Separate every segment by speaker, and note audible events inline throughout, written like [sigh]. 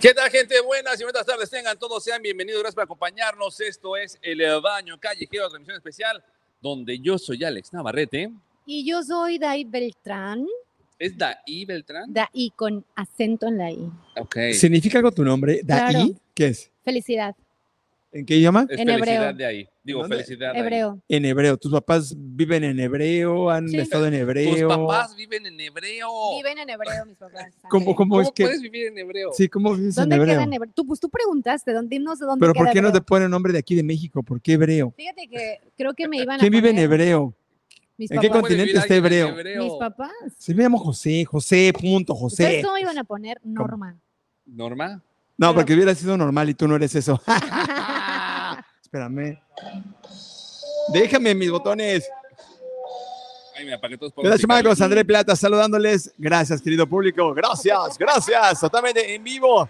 Speaker 1: ¿Qué tal, gente? Buenas y buenas tardes. Tengan todos, sean bienvenidos. Gracias por acompañarnos. Esto es El Baño Callejero, transmisión especial, donde yo soy Alex Navarrete.
Speaker 2: Y yo soy Dai Beltrán,
Speaker 1: ¿Es Daí Beltrán?
Speaker 2: Daí con acento en la I.
Speaker 1: Ok.
Speaker 3: ¿Significa algo tu nombre? ¿Daí?
Speaker 2: Claro.
Speaker 3: ¿Qué es?
Speaker 2: Felicidad,
Speaker 3: ¿En qué idioma?
Speaker 1: Es
Speaker 2: En
Speaker 1: felicidad
Speaker 2: hebreo.
Speaker 1: de ahí. Digo,
Speaker 3: ¿Dónde?
Speaker 1: felicidad de ahí.
Speaker 2: hebreo.
Speaker 3: En hebreo. ¿Tus papás viven en hebreo? ¿Han
Speaker 2: Sí.
Speaker 3: estado en hebreo?
Speaker 1: Tus papás viven en hebreo.
Speaker 2: Viven en hebreo mis papás.
Speaker 3: Oh. ¿Cómo, cómo,
Speaker 1: ¿Cómo
Speaker 3: es que...?
Speaker 1: puedes vivir en hebreo?
Speaker 3: Sí, ¿cómo vives en
Speaker 2: ¿Dónde
Speaker 3: hebreo?
Speaker 2: queda en hebreo? Tú, pues, tú preguntaste, ¿dónde, no sé dónde
Speaker 3: Pero
Speaker 2: queda
Speaker 3: ¿por qué no te
Speaker 2: hebreo.
Speaker 3: ponen nombre de aquí de México? ¿Por qué hebreo?
Speaker 2: Fíjate que creo
Speaker 3: [laughs]
Speaker 2: que me iban a
Speaker 3: ¿Quién vive en
Speaker 2: poner
Speaker 3: hebreo?
Speaker 2: Mis
Speaker 3: ¿En qué
Speaker 1: ¿Cómo puede
Speaker 2: papás.
Speaker 3: continente
Speaker 1: vivir
Speaker 3: está
Speaker 1: alguien en
Speaker 3: hebreo?
Speaker 2: Mis papás.
Speaker 3: Se me llama José, José,
Speaker 2: Pues
Speaker 3: punto, José.
Speaker 2: ¿Ustedes cómo iban a poner Norma?
Speaker 1: ¿Norma?
Speaker 3: No,
Speaker 2: Pero-
Speaker 3: porque hubiera sido normal y tú no
Speaker 2: [laughs]
Speaker 3: eres eso. Espérame. Déjame mis botones.
Speaker 1: Ay, me apagué todos por
Speaker 3: Gracias,
Speaker 1: musical.
Speaker 3: Marcos. André Plata saludándoles. Gracias, querido público. Gracias, gracias. Totalmente en vivo.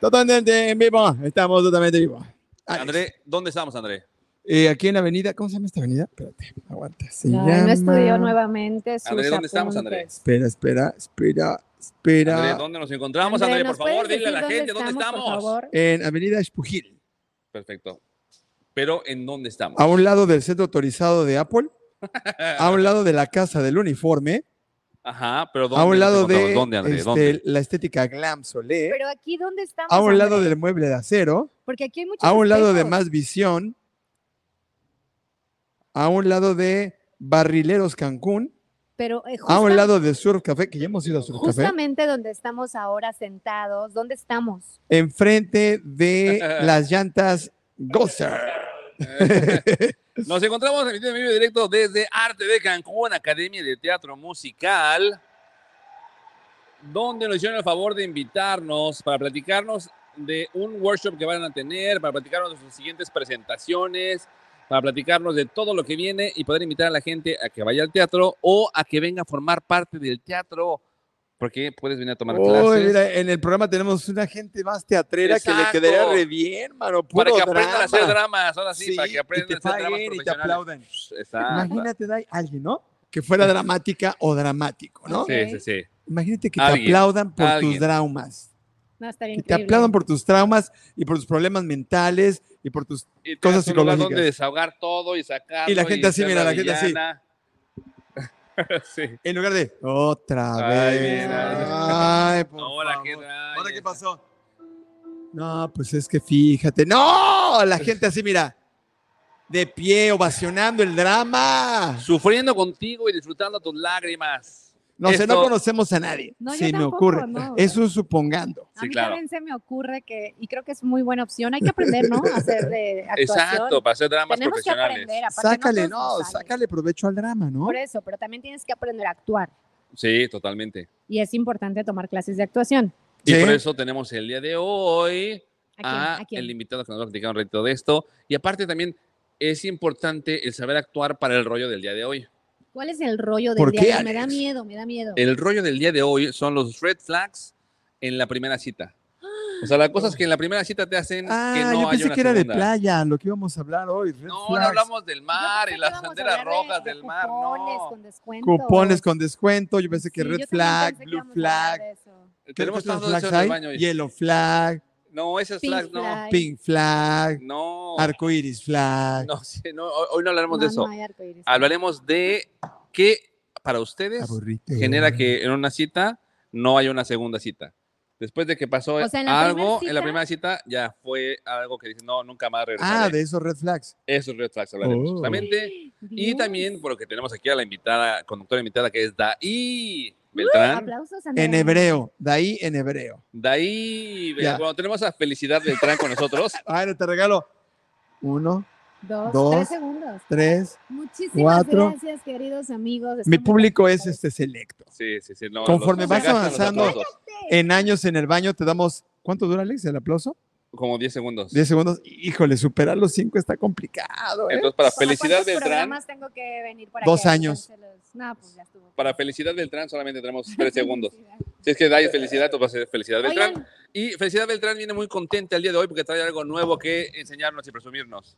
Speaker 3: Totalmente en vivo. Estamos totalmente en vivo. Alex,
Speaker 1: André, ¿dónde estamos, André?
Speaker 3: eh, aquí en la avenida, ¿cómo se llama esta avenida? Espérate, aguanta. Se
Speaker 2: Ay,
Speaker 3: llama...
Speaker 2: no estudió nuevamente sus
Speaker 1: André, ¿dónde estamos, André?
Speaker 2: apuntes.
Speaker 3: Espera, espera, espera, espera.
Speaker 1: André, ¿dónde nos encontramos, André?
Speaker 2: André,
Speaker 1: por
Speaker 2: ¿nos
Speaker 1: favor,
Speaker 2: puedes
Speaker 1: dile a la
Speaker 2: decir
Speaker 1: gente dónde estamos.
Speaker 2: Por favor.
Speaker 3: En avenida Espujil,
Speaker 1: Perfecto. Pero, ¿en dónde estamos?
Speaker 3: a un lado del centro autorizado de Apple, a un lado de la casa del uniforme,
Speaker 1: Ajá, pero ¿dónde?
Speaker 3: a un
Speaker 1: nos
Speaker 3: lado de
Speaker 1: encontramos? ¿Dónde, André?
Speaker 3: este,
Speaker 1: ¿Dónde?
Speaker 3: la estética Glam Solé,
Speaker 2: Pero aquí, ¿dónde estamos?
Speaker 3: a un lado
Speaker 2: André?
Speaker 3: del mueble de acero,
Speaker 2: Porque aquí hay muchos
Speaker 3: a un lado de
Speaker 2: espejos.
Speaker 3: Más Visión, a un lado de Barrileros Cancún,
Speaker 2: Pero eh,
Speaker 3: a un
Speaker 2: justa-
Speaker 3: lado de Surf Café, que ya hemos ido a Surf Café,
Speaker 2: justamente donde estamos ahora sentados, ¿dónde estamos?
Speaker 3: enfrente
Speaker 1: [laughs]
Speaker 3: de las llantas Gozer. este,
Speaker 1: [laughs] Nos encontramos en en vivo y directo desde Arte de Cancún, Academia de Teatro Musical, donde nos hicieron el favor de invitarnos para platicarnos de un workshop que van a tener, para platicarnos de sus siguientes presentaciones, para platicarnos de todo lo que viene y poder invitar a la gente a que vaya al teatro o a que venga a formar parte del teatro, porque puedes venir a tomar
Speaker 3: Uy,
Speaker 1: clases.
Speaker 3: mira, en el programa tenemos una gente más teatrera
Speaker 1: Exacto.
Speaker 3: que le quedaría re bien, mano.
Speaker 1: para
Speaker 3: puro
Speaker 1: que aprendan a hacer
Speaker 3: drama.
Speaker 1: dramas, ahora sí,
Speaker 3: Sí,
Speaker 1: para que aprendan
Speaker 3: y te
Speaker 1: a hacer dramas
Speaker 3: paguen y te
Speaker 1: profesionales. Ah,
Speaker 3: aplaudan.
Speaker 1: Exacto.
Speaker 3: Imagínate, Dai, alguien, ¿no? Que fuera dramática o dramático, ¿no?
Speaker 1: Sí, sí, sí.
Speaker 3: Imagínate que
Speaker 1: Alguien,
Speaker 3: te aplaudan por
Speaker 1: alguien.
Speaker 3: tus traumas.
Speaker 2: No, estaría
Speaker 3: Que te
Speaker 2: increíble.
Speaker 3: aplaudan por tus traumas y por tus problemas mentales y por tus...
Speaker 1: y te
Speaker 3: Cosas
Speaker 1: das un lugar
Speaker 3: psicológicas.
Speaker 1: donde desahogar todo y sacar
Speaker 3: Y la gente así, mira, la gente así.
Speaker 1: [laughs] sí.
Speaker 3: En lugar de... Otra
Speaker 1: Ay,
Speaker 3: vez.
Speaker 1: mira.
Speaker 3: Ay, por
Speaker 1: Ahora
Speaker 3: favor.
Speaker 1: qué traes.
Speaker 3: ¿Ahora qué pasó? No, pues es que fíjate. ¡No!
Speaker 1: [laughs]
Speaker 3: La gente así, mira. De pie, ovacionando el drama.
Speaker 1: Sufriendo contigo y disfrutando tus lágrimas.
Speaker 3: No sé, no
Speaker 1: Esto-
Speaker 3: conocemos a nadie.
Speaker 2: No, yo
Speaker 3: se me
Speaker 2: tampoco,
Speaker 3: ocurre.
Speaker 2: no.
Speaker 3: Es un supongando.
Speaker 2: A
Speaker 1: Sí,
Speaker 2: mí
Speaker 1: claro.
Speaker 2: también se me ocurre que, y creo que es muy buena opción, hay que aprender, ¿no? A hacer de actuación.
Speaker 1: [laughs] Exacto, para hacer dramas
Speaker 2: Tenemos que
Speaker 1: profesionales.
Speaker 2: aprender, aparte
Speaker 3: Sácale,
Speaker 2: no, todos
Speaker 3: no,
Speaker 2: nos sale.
Speaker 3: sácale provecho al drama, ¿no?
Speaker 2: Por eso, pero también tienes que aprender a actuar.
Speaker 1: Sí, totalmente.
Speaker 2: Y es importante tomar clases de actuación.
Speaker 1: Y
Speaker 3: Sí.
Speaker 1: por eso tenemos el día de hoy
Speaker 2: ¿A quién?
Speaker 1: a,
Speaker 2: ¿A quién?
Speaker 1: Ah, el invitado que nos va a platicar un ratito de esto. Y aparte también es importante el saber actuar para el rollo del día de hoy.
Speaker 2: ¿Cuál es el rollo del
Speaker 3: ¿Por
Speaker 2: día?
Speaker 3: qué,
Speaker 2: a día? Me da
Speaker 3: Alex?
Speaker 2: miedo, me da miedo.
Speaker 1: El rollo del día de hoy son los red flags en la primera cita. O sea, las cosas que en la primera cita te hacen
Speaker 3: Ah,
Speaker 1: que no
Speaker 3: yo
Speaker 1: haya
Speaker 3: pensé
Speaker 1: una
Speaker 3: que era de
Speaker 1: segunda.
Speaker 3: playa, lo que íbamos a hablar hoy. red
Speaker 1: No, no
Speaker 3: flags.
Speaker 1: hablamos del mar
Speaker 2: Yo
Speaker 1: y
Speaker 2: pensé que
Speaker 1: las
Speaker 2: íbamos a
Speaker 1: banderas
Speaker 2: hablar de-
Speaker 1: rojas
Speaker 2: de
Speaker 1: del mar,
Speaker 2: cupones
Speaker 1: no.
Speaker 2: con descuentos.
Speaker 3: Cupones con descuento, yo pensé que
Speaker 2: Sí,
Speaker 3: red
Speaker 2: yo también
Speaker 3: flag,
Speaker 2: pensé que
Speaker 3: blue
Speaker 2: íbamos a hablar
Speaker 3: flag.
Speaker 2: de eso.
Speaker 3: ¿Qué
Speaker 1: eh, Tenemos
Speaker 3: otras
Speaker 1: tanto de eso en
Speaker 3: flags
Speaker 1: el
Speaker 3: hay?
Speaker 1: baño. y-
Speaker 3: Yellow flag,
Speaker 1: No, esas
Speaker 2: Pink
Speaker 1: flags no.
Speaker 2: flag. Ay.
Speaker 3: pink flag,
Speaker 1: No.
Speaker 3: arcoiris flag.
Speaker 1: No, sí, no, hoy hoy no hablaremos de
Speaker 2: No,
Speaker 1: eso.
Speaker 2: no hay arcoíris.
Speaker 1: Hablaremos de qué para ustedes
Speaker 3: aburrito.
Speaker 1: genera que en una cita no haya una segunda cita. Después de que pasó
Speaker 2: O sea, en la
Speaker 1: algo,
Speaker 2: primer
Speaker 1: en la
Speaker 2: cita-
Speaker 1: primera cita ya fue algo que dice, no, nunca más regresaré.
Speaker 3: Ah, de esos red flags.
Speaker 1: Esos red flags hablaremos
Speaker 3: Oh.
Speaker 1: justamente. Y
Speaker 2: Dios.
Speaker 1: también porque tenemos aquí a la invitada, conductora invitada que es Daí
Speaker 2: Uh,
Speaker 1: Beltrán.
Speaker 2: Aplausos, Andrea.
Speaker 3: En hebreo, de ahí en hebreo.
Speaker 1: De ahí,
Speaker 3: Ya.
Speaker 1: bueno, tenemos a Felicidad Beltrán con
Speaker 2: [laughs]
Speaker 1: nosotros.
Speaker 3: Bueno, te regalo. Uno,
Speaker 2: Dos,
Speaker 3: Dos.
Speaker 2: tres segundos.
Speaker 3: tres.
Speaker 2: Muchísimas
Speaker 3: Cuatro.
Speaker 2: gracias, queridos amigos.
Speaker 3: Mi
Speaker 2: Estamos-
Speaker 3: público es este selecto.
Speaker 1: Sí, sí, sí. no,
Speaker 3: Conforme
Speaker 1: los-
Speaker 2: vas
Speaker 1: se gastan los
Speaker 3: avanzando-
Speaker 1: aplausos.
Speaker 3: En años en el baño te damos. ¿Cuánto dura, Alex, el aplauso?
Speaker 1: Como 10 segundos.
Speaker 3: 10 segundos. Híjole, superar los 5 está complicado. ¿eh?
Speaker 1: Entonces, para
Speaker 2: ¿Cómo
Speaker 1: Felicidad
Speaker 2: cuántos
Speaker 1: Beltrán,
Speaker 2: programas tengo que venir para
Speaker 3: Dos
Speaker 2: que
Speaker 3: años.
Speaker 2: alcance los- No, pues ya estuvo.
Speaker 1: para Felicidad Beltrán solamente tenemos
Speaker 2: [laughs]
Speaker 1: 3 segundos. Si es que dais felicidad, pues va a ser Felicidad Beltrán.
Speaker 2: Oigan,
Speaker 1: Y Felicidad Beltrán viene muy contenta el día de hoy porque trae algo nuevo que enseñarnos y presumirnos.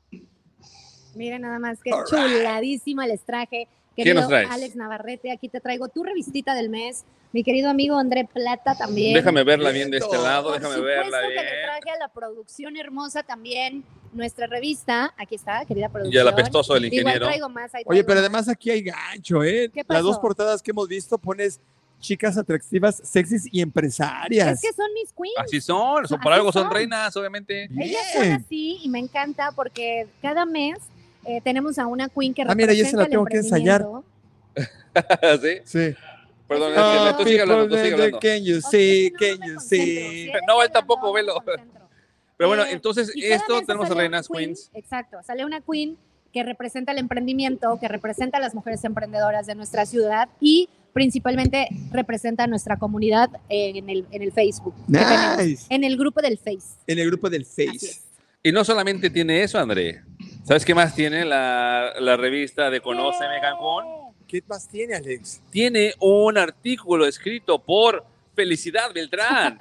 Speaker 2: miren nada más que
Speaker 3: All right.
Speaker 2: chuladísima les traje
Speaker 1: ¿Quién nos
Speaker 2: Querido
Speaker 1: traes?
Speaker 2: Alex Navarrete, aquí te traigo tu revistita del mes. Mi querido amigo André Plata también.
Speaker 1: Déjame verla bien de este
Speaker 3: Listo.
Speaker 1: lado,
Speaker 2: Por
Speaker 1: déjame
Speaker 2: supuesto
Speaker 1: verla
Speaker 2: que le
Speaker 1: bien.
Speaker 2: traje a la producción hermosa también nuestra revista. Aquí está, querida producción.
Speaker 1: Y al apestoso del
Speaker 2: Igual
Speaker 1: ingeniero.
Speaker 2: traigo más. ahí
Speaker 3: Oye,
Speaker 2: traigo
Speaker 3: pero
Speaker 2: más.
Speaker 3: además aquí hay gancho, ¿eh?
Speaker 2: ¿Qué
Speaker 3: Las dos
Speaker 2: pasó?
Speaker 3: portadas que hemos visto pones chicas atractivas, sexys y empresarias.
Speaker 2: Es que son mis queens.
Speaker 1: Así son, son por
Speaker 2: Así
Speaker 1: algo son
Speaker 2: son.
Speaker 1: reinas, obviamente.
Speaker 2: Ellas son
Speaker 3: Bien.
Speaker 2: así y me encanta porque cada mes eh, tenemos a una queen que
Speaker 3: Ah, mira, yo se
Speaker 2: representa
Speaker 3: la
Speaker 2: el
Speaker 3: tengo que ensayar.
Speaker 2: emprendimiento.
Speaker 1: [laughs] sí.
Speaker 3: Sí.
Speaker 1: Perdón, es
Speaker 2: Ah,
Speaker 1: que no, tú sigue
Speaker 3: people,
Speaker 1: hablando, tú sigue hablando.
Speaker 3: Can you
Speaker 2: O sea,
Speaker 3: see,
Speaker 2: no, no
Speaker 3: can
Speaker 2: me
Speaker 3: you
Speaker 2: concentro. Si eres
Speaker 3: see?
Speaker 1: No, él
Speaker 2: Fernando,
Speaker 1: tampoco,
Speaker 2: no me
Speaker 1: velo.
Speaker 2: concentro.
Speaker 1: Pero bueno,
Speaker 2: Eh,
Speaker 1: entonces
Speaker 2: Y cada
Speaker 1: esto
Speaker 2: mes
Speaker 1: tenemos a
Speaker 2: sale
Speaker 1: reinas
Speaker 2: una queen,
Speaker 1: queens.
Speaker 2: Exacto, sale una queen que representa el emprendimiento, que representa a las mujeres emprendedoras de nuestra ciudad y principalmente representa a nuestra comunidad eh, en, el, en el Facebook, que tenemos,
Speaker 3: Nice.
Speaker 2: en el grupo del Face.
Speaker 3: En el grupo del
Speaker 2: Así
Speaker 3: Face.
Speaker 2: es.
Speaker 1: Y no solamente tiene eso, André. ¿Sabes qué más tiene la, la revista de Conóceme Cancún?
Speaker 3: ¿Qué más tiene, Alex?
Speaker 1: Tiene un artículo escrito por Felicidad Beltrán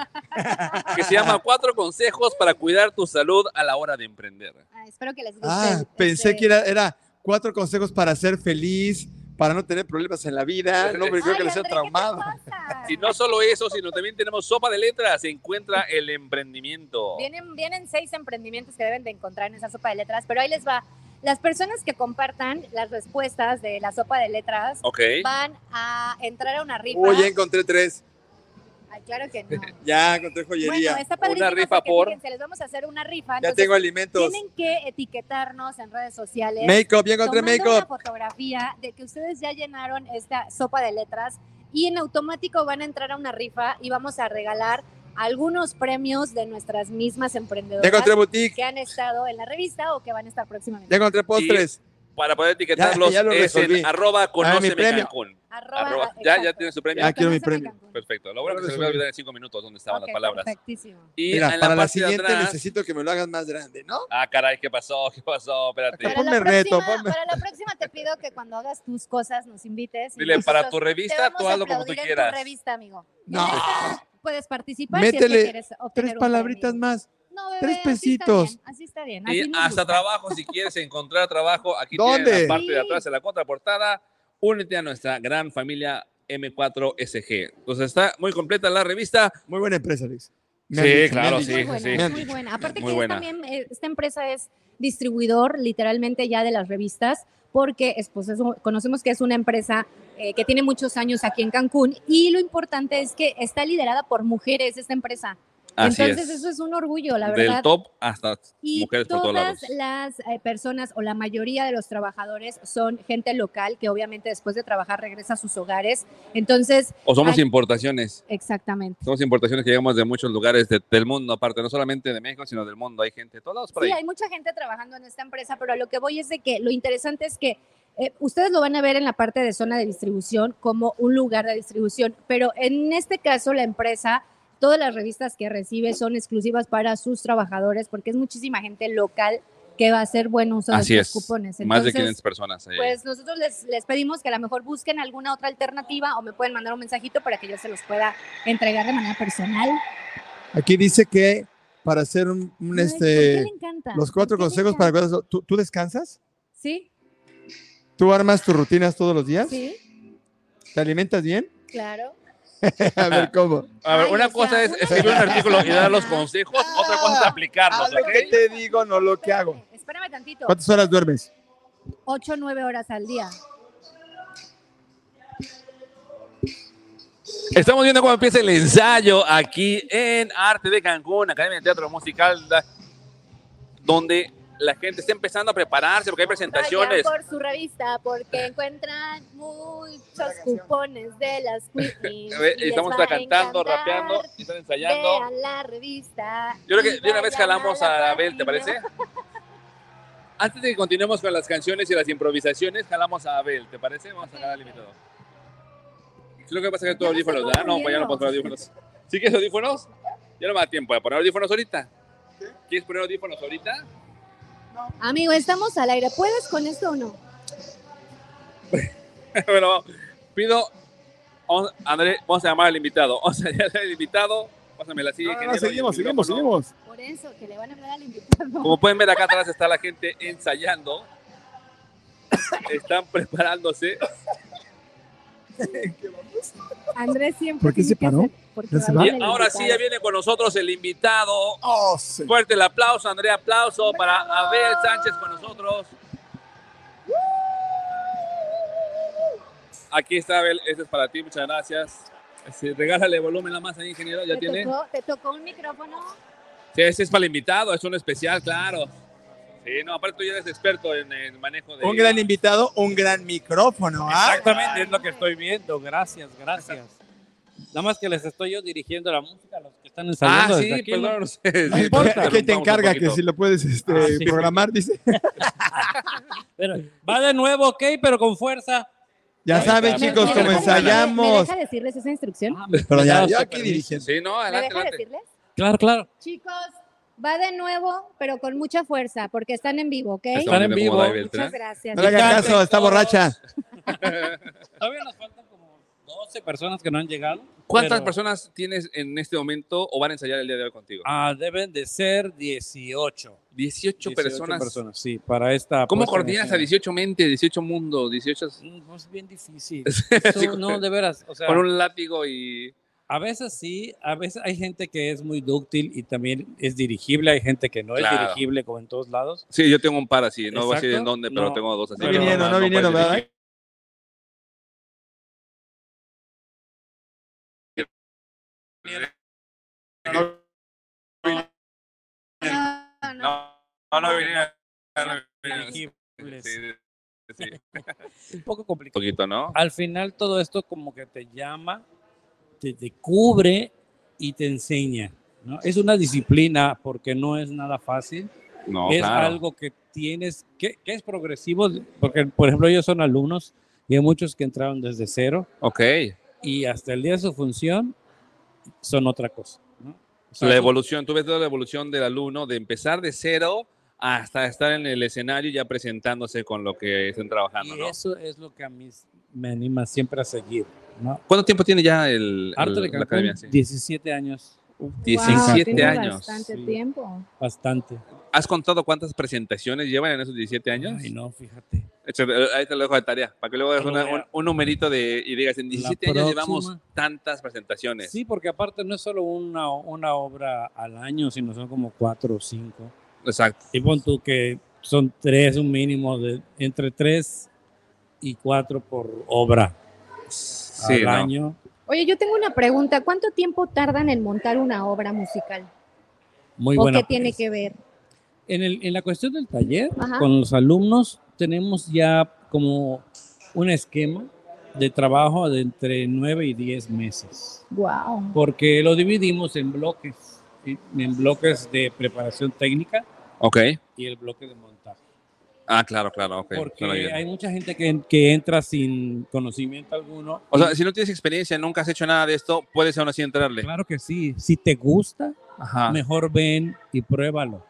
Speaker 1: que se llama Cuatro consejos para cuidar tu salud a la hora de emprender.
Speaker 2: Ah, espero que les guste.
Speaker 3: Ah,
Speaker 2: este,
Speaker 3: pensé que era, era cuatro consejos para ser feliz, para no tener problemas en la vida. No, pero creo
Speaker 2: Ay,
Speaker 3: que le sea
Speaker 2: André, ¿qué te
Speaker 3: traumado.
Speaker 2: pasa?
Speaker 1: Y no solo eso, sino también tenemos sopa de letras. Se encuentra el emprendimiento.
Speaker 2: Vienen, vienen seis emprendimientos que deben de encontrar en esa sopa de letras, pero ahí les va. Las personas que compartan las respuestas de la sopa de letras
Speaker 1: Ok.
Speaker 2: van a entrar a una rifa.
Speaker 3: Uy, ya encontré tres.
Speaker 2: Ay,
Speaker 1: [laughs]
Speaker 2: claro que no.
Speaker 3: Ya encontré joyería.
Speaker 2: Bueno, está padrísimo
Speaker 1: Una rifa
Speaker 2: porque,
Speaker 1: por-
Speaker 2: fíjense, les vamos a hacer una rifa.
Speaker 3: ya
Speaker 2: entonces,
Speaker 3: tengo alimentos.
Speaker 2: tienen que etiquetarnos en redes sociales.
Speaker 3: Makeup, ya encontré
Speaker 2: tomando una
Speaker 3: makeup.
Speaker 2: fotografía de que ustedes ya llenaron esta sopa de letras y en automático van a entrar a una rifa y vamos a regalar algunos premios de nuestras mismas
Speaker 3: Ya
Speaker 2: emprendedoras
Speaker 3: encontré boutique.
Speaker 2: que han estado en la revista o que van a estar próximamente.
Speaker 3: Ya encontré postres.
Speaker 1: Para poder etiquetarlos
Speaker 3: Ya- ya lo
Speaker 1: es en
Speaker 3: resolví. Ah,
Speaker 1: arroba
Speaker 3: mi
Speaker 1: conóceme
Speaker 3: premio.
Speaker 1: Cancún.
Speaker 2: Arroba-
Speaker 1: Arroba- Ya, ya
Speaker 2: exacto.
Speaker 1: tiene su premio.
Speaker 3: Ya Ah, quiero mi
Speaker 2: Conóceme
Speaker 3: premio. Pues,
Speaker 2: Cancún.
Speaker 1: Perfecto. Lo bueno que se me va a olvidar en cinco minutos dónde estaban
Speaker 2: Ok,
Speaker 1: las palabras.
Speaker 2: Perfectísimo.
Speaker 1: Y
Speaker 3: Mira,
Speaker 1: en
Speaker 3: para la
Speaker 1: parte de
Speaker 3: siguiente
Speaker 1: atrás-
Speaker 3: necesito que me lo hagas más grande, ¿no?
Speaker 1: Ah, caray, ¿qué pasó? ¿Qué pasó? Espérate.
Speaker 3: Pero-
Speaker 2: Para la,
Speaker 3: Ponme reto,
Speaker 2: próxima,
Speaker 3: ponme.
Speaker 2: para la próxima te pido que cuando hagas tus cosas nos invites. y
Speaker 1: Dile, para tu
Speaker 2: nosotros te
Speaker 1: revista,
Speaker 2: vamos
Speaker 1: tú
Speaker 2: a
Speaker 1: hazlo como tú
Speaker 2: aplaudir en tu
Speaker 1: quieras.
Speaker 2: revista, amigo.
Speaker 3: No.
Speaker 2: En esta Puedes participar si es
Speaker 3: Métele
Speaker 2: que quieres obtener
Speaker 3: [laughs] Tres
Speaker 2: un
Speaker 3: palabritas
Speaker 2: premio.
Speaker 3: más.
Speaker 2: No, bebé,
Speaker 3: tres
Speaker 2: así está
Speaker 3: pesitos.
Speaker 2: bien, Así está bien. así
Speaker 1: Y
Speaker 2: nos
Speaker 1: hasta
Speaker 2: gusta.
Speaker 1: trabajo, si quieres encontrar trabajo, aquí
Speaker 3: ¿Dónde?
Speaker 1: tienen la parte de
Speaker 2: Sí.
Speaker 1: atrás de la contraportada. Únete a nuestra gran familia M4SG. Entonces está muy completa la revista.
Speaker 3: Muy buena empresa, Alex. Me
Speaker 1: Sí,
Speaker 3: han dicho, me
Speaker 1: claro,
Speaker 3: han
Speaker 2: Muy
Speaker 1: sí,
Speaker 3: dicho.
Speaker 2: buena,
Speaker 1: sí.
Speaker 3: Me han
Speaker 2: Muy
Speaker 3: dicho.
Speaker 2: buena. Aparte
Speaker 1: Muy
Speaker 2: que es
Speaker 1: buena.
Speaker 2: también eh, esta empresa es distribuidor literalmente ya de las revistas porque es, pues, es un- conocemos que es una empresa eh, que tiene muchos años aquí en Cancún y lo importante es que está liderada por mujeres esta empresa.
Speaker 1: Así
Speaker 2: Entonces
Speaker 1: es.
Speaker 2: eso es un orgullo, la
Speaker 1: Del
Speaker 2: verdad.
Speaker 1: top hasta
Speaker 2: Y
Speaker 1: mujeres por
Speaker 2: todas
Speaker 1: todos lados.
Speaker 2: las eh, personas o la mayoría de los trabajadores son gente local que obviamente después de trabajar regresa a sus hogares. Entonces,
Speaker 1: O somos
Speaker 2: Ay.
Speaker 1: importaciones.
Speaker 2: exactamente.
Speaker 1: Somos importaciones que llegamos de muchos lugares de- del mundo, aparte, no solamente de México, sino del mundo. Hay gente de todos lados por
Speaker 2: Sí,
Speaker 1: ahí.
Speaker 2: hay mucha gente trabajando en esta empresa, pero a lo que voy es de que lo interesante es que eh, ustedes lo van a ver en la parte de zona de distribución como un lugar de distribución, pero en este caso la empresa, todas las revistas que recibe son exclusivas para sus trabajadores porque es muchísima gente local que va a hacer buen uso de
Speaker 1: Así
Speaker 2: estos
Speaker 1: es.
Speaker 2: cupones.
Speaker 1: Más de
Speaker 2: Entonces,
Speaker 1: 500 personas. ahí.
Speaker 2: Pues nosotros les, les pedimos que a lo mejor busquen alguna otra alternativa o me pueden mandar un mensajito para que yo se los pueda entregar de manera personal.
Speaker 3: Aquí dice que para hacer un, un,
Speaker 2: Ay, ¿por qué
Speaker 3: este,
Speaker 2: le encanta?
Speaker 3: los cuatro
Speaker 2: ¿Por qué le
Speaker 3: consejos para
Speaker 2: encanta?
Speaker 3: cuidados- ¿Tú, tú descansas?
Speaker 2: Sí,
Speaker 3: ¿Tú armas tus rutinas todos los días?
Speaker 2: sí,
Speaker 3: ¿Te alimentas bien? [laughs]
Speaker 2: claro.
Speaker 3: A ver cómo.
Speaker 1: A ver,
Speaker 2: Ay,
Speaker 1: una
Speaker 2: o sea,
Speaker 1: cosa es
Speaker 2: una
Speaker 1: escribir un
Speaker 2: cosa
Speaker 1: artículo y dar los
Speaker 2: es- [laughs]
Speaker 1: consejos, otra cosa es
Speaker 3: [laughs] Ah,
Speaker 1: aplicarlos,
Speaker 3: Haz lo que
Speaker 1: ¿ok?
Speaker 3: te digo, no lo que hago.
Speaker 2: Espérame, Espérame tantito.
Speaker 3: ¿Cuántas horas duermes?
Speaker 2: 8 o 9 horas al día.
Speaker 1: Estamos viendo cómo empieza el ensayo aquí en Arte de Cancún, Academia de Teatro Musical, da- donde la gente está empezando a prepararse porque hay presentaciones.
Speaker 2: Vayan por su revista porque encuentran muchos cupones de
Speaker 1: [laughs]
Speaker 2: las Quickies.
Speaker 1: A ver, Estamos
Speaker 2: acá
Speaker 1: cantando, rapeando, y están ensayando.
Speaker 2: Vean la revista.
Speaker 1: Yo creo
Speaker 2: y
Speaker 1: que de una vez
Speaker 2: vayan
Speaker 1: jalamos
Speaker 2: la
Speaker 1: a Abel, ¿te
Speaker 2: página.
Speaker 1: parece? Antes de que continuemos con las canciones y las improvisaciones, jalamos a Abel, ¿te parece? Vamos a jalar al invitado. Creo que pasa que tu
Speaker 2: Ya me
Speaker 1: audífonos,
Speaker 2: estoy
Speaker 1: ¿verdad? No, pues ya no puedo poner audífonos. ¿Sí quieres audífonos? Ya no me da tiempo de poner audífonos ahorita. ¿Quieres poner audífonos ahorita? [laughs]
Speaker 2: Amigo, estamos al aire. ¿Puedes con esto o no?
Speaker 1: Bueno, pido. Vamos, André, vamos a llamar al invitado. Vamos a llamar al invitado. Pásamela así.
Speaker 3: No, no,
Speaker 1: ingeniero,
Speaker 3: no,
Speaker 1: y el
Speaker 3: Ah, seguimos, seguimos,
Speaker 1: micrófono.
Speaker 3: seguimos.
Speaker 2: Por eso, que le van a hablar al invitado.
Speaker 1: Como pueden ver, acá atrás está la gente ensayando. están preparándose.
Speaker 2: Andrés siempre.
Speaker 4: ¿Por qué
Speaker 2: tiene
Speaker 4: se
Speaker 2: que
Speaker 4: paró?
Speaker 2: hacer- porque
Speaker 4: ¿Ya se va?
Speaker 2: va a
Speaker 1: Y
Speaker 2: venir el
Speaker 1: ahora sí, ya
Speaker 2: invitado.
Speaker 1: viene con nosotros el invitado.
Speaker 4: Oh, sí.
Speaker 1: Fuerte el aplauso, Andrea, aplauso para Abel Sánchez con nosotros. Aquí está Abel, este es para ti, muchas gracias. Sí, regálale volumen la más ahí, ingeniero, ¿ya
Speaker 2: ¿Te
Speaker 1: tiene?
Speaker 2: Tocó, ¿Te tocó un micrófono?
Speaker 1: Sí, ese es para el invitado, es un especial, claro. Sí, no, aparte tú ya eres experto en el manejo de...
Speaker 3: Un gran invitado, un gran micrófono. ¿ah?
Speaker 5: Exactamente, es lo que estoy viendo. Gracias, gracias. Nada más que les estoy yo dirigiendo la música a los que están
Speaker 1: Ah,
Speaker 5: ensayando.
Speaker 1: sí,
Speaker 5: desde aquí, ¿no?
Speaker 1: perdón. sí,
Speaker 4: No
Speaker 1: sí,
Speaker 4: importa,
Speaker 1: interrumpamos
Speaker 4: que te
Speaker 1: un
Speaker 4: encarga que
Speaker 1: poquito.
Speaker 4: si lo puedes este,
Speaker 5: Ah, sí.
Speaker 4: programar, dice.
Speaker 5: Pero va de nuevo, ok, pero con fuerza.
Speaker 4: Ya
Speaker 1: Ahí está,
Speaker 4: saben,
Speaker 1: mira,
Speaker 4: chicos,
Speaker 1: mira,
Speaker 4: como
Speaker 1: mira,
Speaker 2: ¿Me
Speaker 4: ensayamos.
Speaker 2: deja decirles esa instrucción?
Speaker 5: Ah, me-
Speaker 4: Pero
Speaker 5: me
Speaker 4: ya,
Speaker 5: da
Speaker 4: yo
Speaker 5: su
Speaker 4: aquí
Speaker 5: permiso.
Speaker 4: dirigiendo.
Speaker 1: Sí, no,
Speaker 2: ¿Me
Speaker 1: adelante,
Speaker 2: deja
Speaker 1: adelante.
Speaker 2: decirles?
Speaker 5: Claro, claro.
Speaker 2: Chicos, va de nuevo, pero con mucha fuerza, porque están en vivo, ¿ok?
Speaker 1: Está
Speaker 5: Están en
Speaker 1: muy bien
Speaker 5: vivo.
Speaker 1: acomodado, Abel,
Speaker 2: Muchas
Speaker 1: ¿eh?
Speaker 2: gracias.
Speaker 4: No le hagan caso, está borracha.
Speaker 5: Todavía nos faltan como 12 personas que no han llegado.
Speaker 1: ¿Cuántas
Speaker 5: pero-
Speaker 1: personas tienes en este momento o van a ensayar el día de hoy contigo?
Speaker 5: Ah, deben de ser 18.
Speaker 1: 18,
Speaker 5: 18
Speaker 1: personas.
Speaker 5: Sí, para esta.
Speaker 1: ¿Cómo
Speaker 5: puesta
Speaker 1: coordinas a
Speaker 5: en escena.
Speaker 1: 18 mentes, 18 mundos, 18
Speaker 5: Mm, no, Es bien difícil.
Speaker 1: [laughs] Sí,
Speaker 5: Eso,
Speaker 1: con-
Speaker 5: no, de veras. O sea,
Speaker 1: con un látigo y
Speaker 5: A veces sí, a veces hay gente que es muy dúctil y también es dirigible, hay gente que no
Speaker 1: Claro.
Speaker 5: es dirigible como en todos lados.
Speaker 1: Sí, yo tengo un par así, no voy a decir en
Speaker 5: Exacto.
Speaker 1: dónde, pero
Speaker 5: No.
Speaker 1: tengo dos así.
Speaker 5: No
Speaker 1: que
Speaker 5: vinieron,
Speaker 1: puedes
Speaker 3: no vinieron,
Speaker 1: elegir.
Speaker 3: ¿verdad?
Speaker 2: No, no,
Speaker 1: No, no, no vinieron. no vinieron. Sí,
Speaker 5: Dirigibles.
Speaker 1: sí, sí. Un
Speaker 5: Un poco complicado.
Speaker 1: poquito, ¿no?
Speaker 5: Al final todo esto como que te llama, te, te cubre y te enseña. ¿no? Es una disciplina porque no es nada fácil.
Speaker 1: No,
Speaker 5: es
Speaker 1: claro.
Speaker 5: algo que tienes, que, que es progresivo, porque por ejemplo ellos son alumnos y hay muchos que entraron desde cero
Speaker 1: Ok.
Speaker 5: y hasta el día de su función son otra cosa. ¿no? O sea,
Speaker 1: La
Speaker 5: eso-
Speaker 1: evolución, tú ves toda la evolución del alumno de empezar de cero hasta estar en el escenario y ya presentándose con lo que están trabajando,
Speaker 5: Y
Speaker 1: ¿no?
Speaker 5: eso es lo que a mí s- me anima siempre a seguir. ¿no?
Speaker 1: ¿Cuánto tiempo tiene ya el,
Speaker 5: Arte
Speaker 1: el-
Speaker 5: de
Speaker 1: la
Speaker 5: Cancún,
Speaker 1: academia? Sí.
Speaker 5: 17 años,
Speaker 2: Wow,
Speaker 1: 17
Speaker 2: tiene
Speaker 1: años.
Speaker 2: Bastante
Speaker 5: Sí.
Speaker 2: tiempo.
Speaker 5: bastante.
Speaker 1: ¿Has contado cuántas presentaciones llevan en esos 17 años?
Speaker 5: Ay, no, fíjate.
Speaker 1: Echa- Ahí te lo dejo de tarea, para que luego hagas
Speaker 5: lo
Speaker 1: una-
Speaker 5: voy a-
Speaker 1: un, un numerito de, y digas, en 17 años
Speaker 5: próxima.
Speaker 1: llevamos tantas presentaciones.
Speaker 5: Sí, porque aparte no es solo una, una obra al año, sino son como cuatro o cinco.
Speaker 1: Exacto.
Speaker 5: Y pon tú que son tres, un mínimo de entre tres y cuatro por obra
Speaker 1: Sí,
Speaker 5: al
Speaker 1: ¿no?
Speaker 5: año.
Speaker 2: Oye, yo tengo una pregunta. ¿Cuánto tiempo tardan en montar una obra musical?
Speaker 5: Muy
Speaker 2: ¿O
Speaker 5: buena.
Speaker 2: qué
Speaker 1: pues.
Speaker 2: tiene que ver?
Speaker 5: En, el- en la cuestión del taller,
Speaker 2: Ajá.
Speaker 5: con los alumnos tenemos ya como un esquema de trabajo de entre 9 y 10 meses,
Speaker 2: Wow.
Speaker 5: porque lo dividimos en bloques, ¿sí? en bloques de preparación técnica
Speaker 1: Ok.
Speaker 5: y el bloque de montaje.
Speaker 1: Ah, claro, claro. ok.
Speaker 5: Porque
Speaker 1: Suena bien.
Speaker 5: hay mucha gente que, que entra sin conocimiento alguno.
Speaker 1: O sea, si no tienes experiencia, nunca has hecho nada de esto, puedes aún así entrarle.
Speaker 5: claro que sí, si te gusta,
Speaker 1: Ajá.
Speaker 5: mejor ven y pruébalo.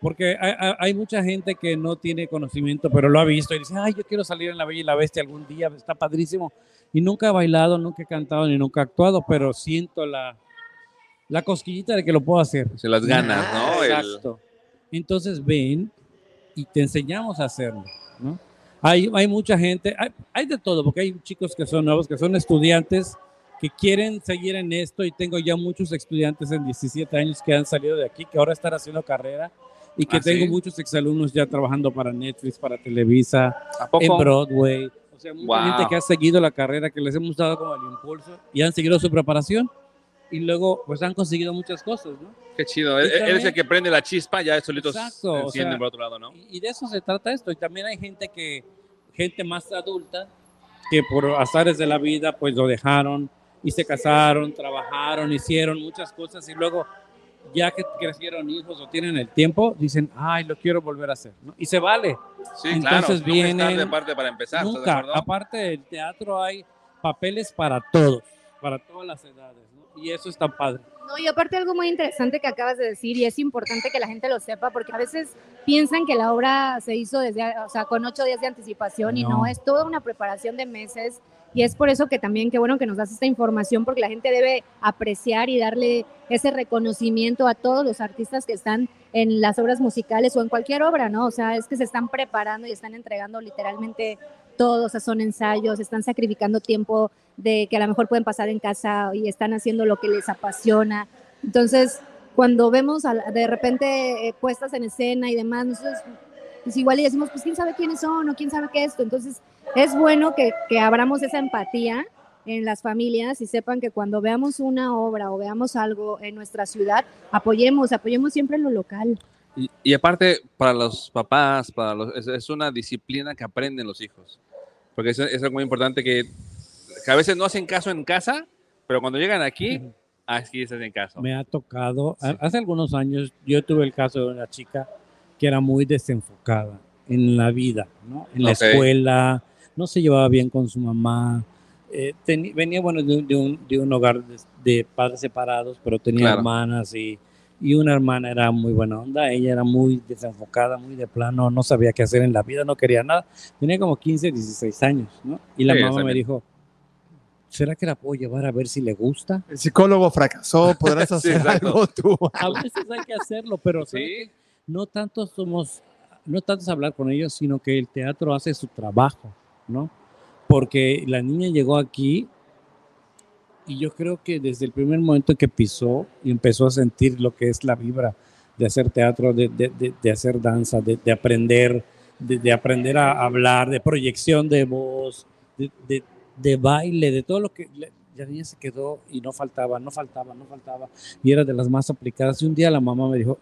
Speaker 5: Porque hay, hay- hay mucha gente que no tiene conocimiento, pero lo ha visto y dice, ay, yo quiero salir en La Bella y la Bestia algún día, está padrísimo. Y nunca ha bailado, nunca ha cantado, ni nunca ha actuado, pero siento la, la cosquillita de que lo puedo hacer.
Speaker 1: Se las ganas, pues, ¿no? El-
Speaker 5: Exacto. Entonces ven y te enseñamos a hacerlo, ¿no? Hay, hay mucha gente, hay, hay de todo, porque hay chicos que son nuevos, que son estudiantes, que quieren seguir en esto y tengo ya muchos estudiantes en 17 años que han salido de aquí, que ahora están haciendo carrera y que
Speaker 1: Ah,
Speaker 5: tengo
Speaker 1: ¿sí?
Speaker 5: muchos exalumnos ya trabajando para Netflix, para Televisa,
Speaker 1: ¿A
Speaker 5: en
Speaker 1: poco?
Speaker 5: Broadway. O sea, mucha
Speaker 1: Wow.
Speaker 5: gente que ha seguido la carrera, que les hemos dado como el impulso y han seguido su preparación y luego pues han conseguido muchas cosas, ¿no?
Speaker 1: Qué chido.
Speaker 5: Y
Speaker 1: E- Eres
Speaker 5: también-
Speaker 1: el que prende la chispa, ya solitos
Speaker 5: Exacto, o
Speaker 1: encienden
Speaker 5: sea,
Speaker 1: por otro lado, ¿no?
Speaker 5: Y y de eso se trata esto. Y también hay gente que, gente más adulta, que por azares de la vida, pues lo dejaron y se casaron, trabajaron, hicieron muchas cosas y luego, ya que crecieron hijos o tienen el tiempo, dicen, ay, lo quiero volver a hacer. ¿no? Y se vale.
Speaker 1: Sí,
Speaker 5: entonces
Speaker 1: claro. Nunca es tarde
Speaker 5: vienen-
Speaker 1: parte para empezar, ¿estás de
Speaker 5: Nunca.
Speaker 1: acuerdo?
Speaker 5: Aparte del teatro hay papeles para todos, para todas las edades. ¿no? Y eso está padre.
Speaker 2: No, y aparte algo muy interesante que acabas de decir y es importante que la gente lo sepa porque a veces piensan que la obra se hizo desde, o sea, con ocho días de anticipación y no,
Speaker 5: No.
Speaker 2: es toda una preparación de meses y es por eso que también qué bueno que nos das esta información porque la gente debe apreciar y darle ese reconocimiento a todos los artistas que están en las obras musicales o en cualquier obra, ¿no? O sea, es que se están preparando y están entregando literalmente todo, o sea, son ensayos, están sacrificando tiempo de que a lo mejor pueden pasar en casa y están haciendo lo que les apasiona. Entonces, cuando vemos a la- de repente eh, puestas en escena y demás, nosotros pues igual y decimos, pues quién sabe quiénes son o quién sabe qué es esto. Entonces, es bueno que, que abramos esa empatía en las familias y sepan que cuando veamos una obra o veamos algo en nuestra ciudad, apoyemos, apoyemos siempre lo local.
Speaker 1: Y, y aparte, para los papás, para los, es, es una disciplina que aprenden los hijos. Porque eso, eso es algo muy importante que, que a veces no hacen caso en casa, pero cuando llegan aquí, aquí se hacen caso.
Speaker 5: Me ha tocado, a- hace algunos años yo tuve el caso de una chica que era muy desenfocada en la vida, ¿no? En la
Speaker 1: Ok.
Speaker 5: escuela, no se llevaba bien con su mamá, eh, teni- venía, bueno, de, un- de un, de un hogar de, de padres separados, pero tenía
Speaker 1: Claro.
Speaker 5: hermanas y, y una hermana era muy buena onda, ella era muy desenfocada, muy de plano, no sabía qué hacer en la vida, no quería nada, tenía como 15, 16 años, ¿no? Y la
Speaker 1: Sí,
Speaker 5: mamá me
Speaker 1: exactamente.
Speaker 5: dijo, ¿será que la puedo llevar a ver si le gusta?
Speaker 3: El psicólogo fracasó, podrás hacer
Speaker 1: exacto.
Speaker 3: algo tú.
Speaker 5: A veces hay que hacerlo, pero ¿sabes
Speaker 1: Sí,
Speaker 5: no tanto somos, no tanto es hablar con ellos, sino que el teatro hace su trabajo, ¿no? Porque la niña llegó aquí y yo creo que desde el primer momento que pisó y empezó a sentir lo que es la vibra de hacer teatro, de, de- de- de hacer danza, de, de aprender, de, de aprender a hablar, de proyección de voz, de, de- de baile, de todo lo que... le- la niña se quedó y no faltaba, no faltaba, no faltaba. Y era de las más aplicadas. Y un día la mamá me dijo,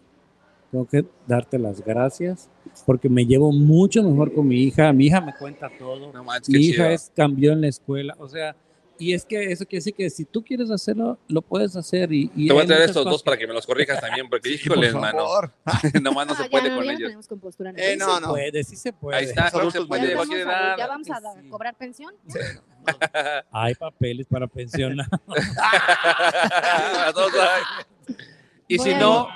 Speaker 5: tengo que darte las gracias porque me llevo mucho mejor con mi hija. Mi hija me cuenta todo.
Speaker 1: no manches, qué
Speaker 5: Mi hija
Speaker 1: chido.
Speaker 5: es, cambió en la escuela. O sea, y es que eso quiere decir que si tú quieres hacerlo, lo puedes hacer. Y, y
Speaker 1: Te voy a
Speaker 5: hay
Speaker 1: traer
Speaker 5: muchas
Speaker 1: estos dos
Speaker 5: cosas
Speaker 1: para que me los corrijas también,
Speaker 5: [laughs]
Speaker 1: porque
Speaker 3: Por
Speaker 1: híjoles, mano,
Speaker 3: favor.
Speaker 1: [laughs] nomás no se
Speaker 2: Ah, ya
Speaker 1: puede
Speaker 2: no,
Speaker 1: con
Speaker 2: ya no
Speaker 1: ellos.
Speaker 2: tenemos compostura. ¿no?
Speaker 3: Eh,
Speaker 5: que
Speaker 3: no,
Speaker 5: se puede, sí se puede.
Speaker 1: Ahí está, pues, claro que se
Speaker 3: adultos
Speaker 1: puede, de
Speaker 2: ya, vamos
Speaker 1: cualquier
Speaker 2: a,
Speaker 1: edad. pues,
Speaker 2: ya vamos a
Speaker 5: Sí.
Speaker 2: cobrar pensión. ¿ya?
Speaker 5: Hay papeles para pensionar. [laughs]
Speaker 1: A todos, ay. y si
Speaker 2: Bueno.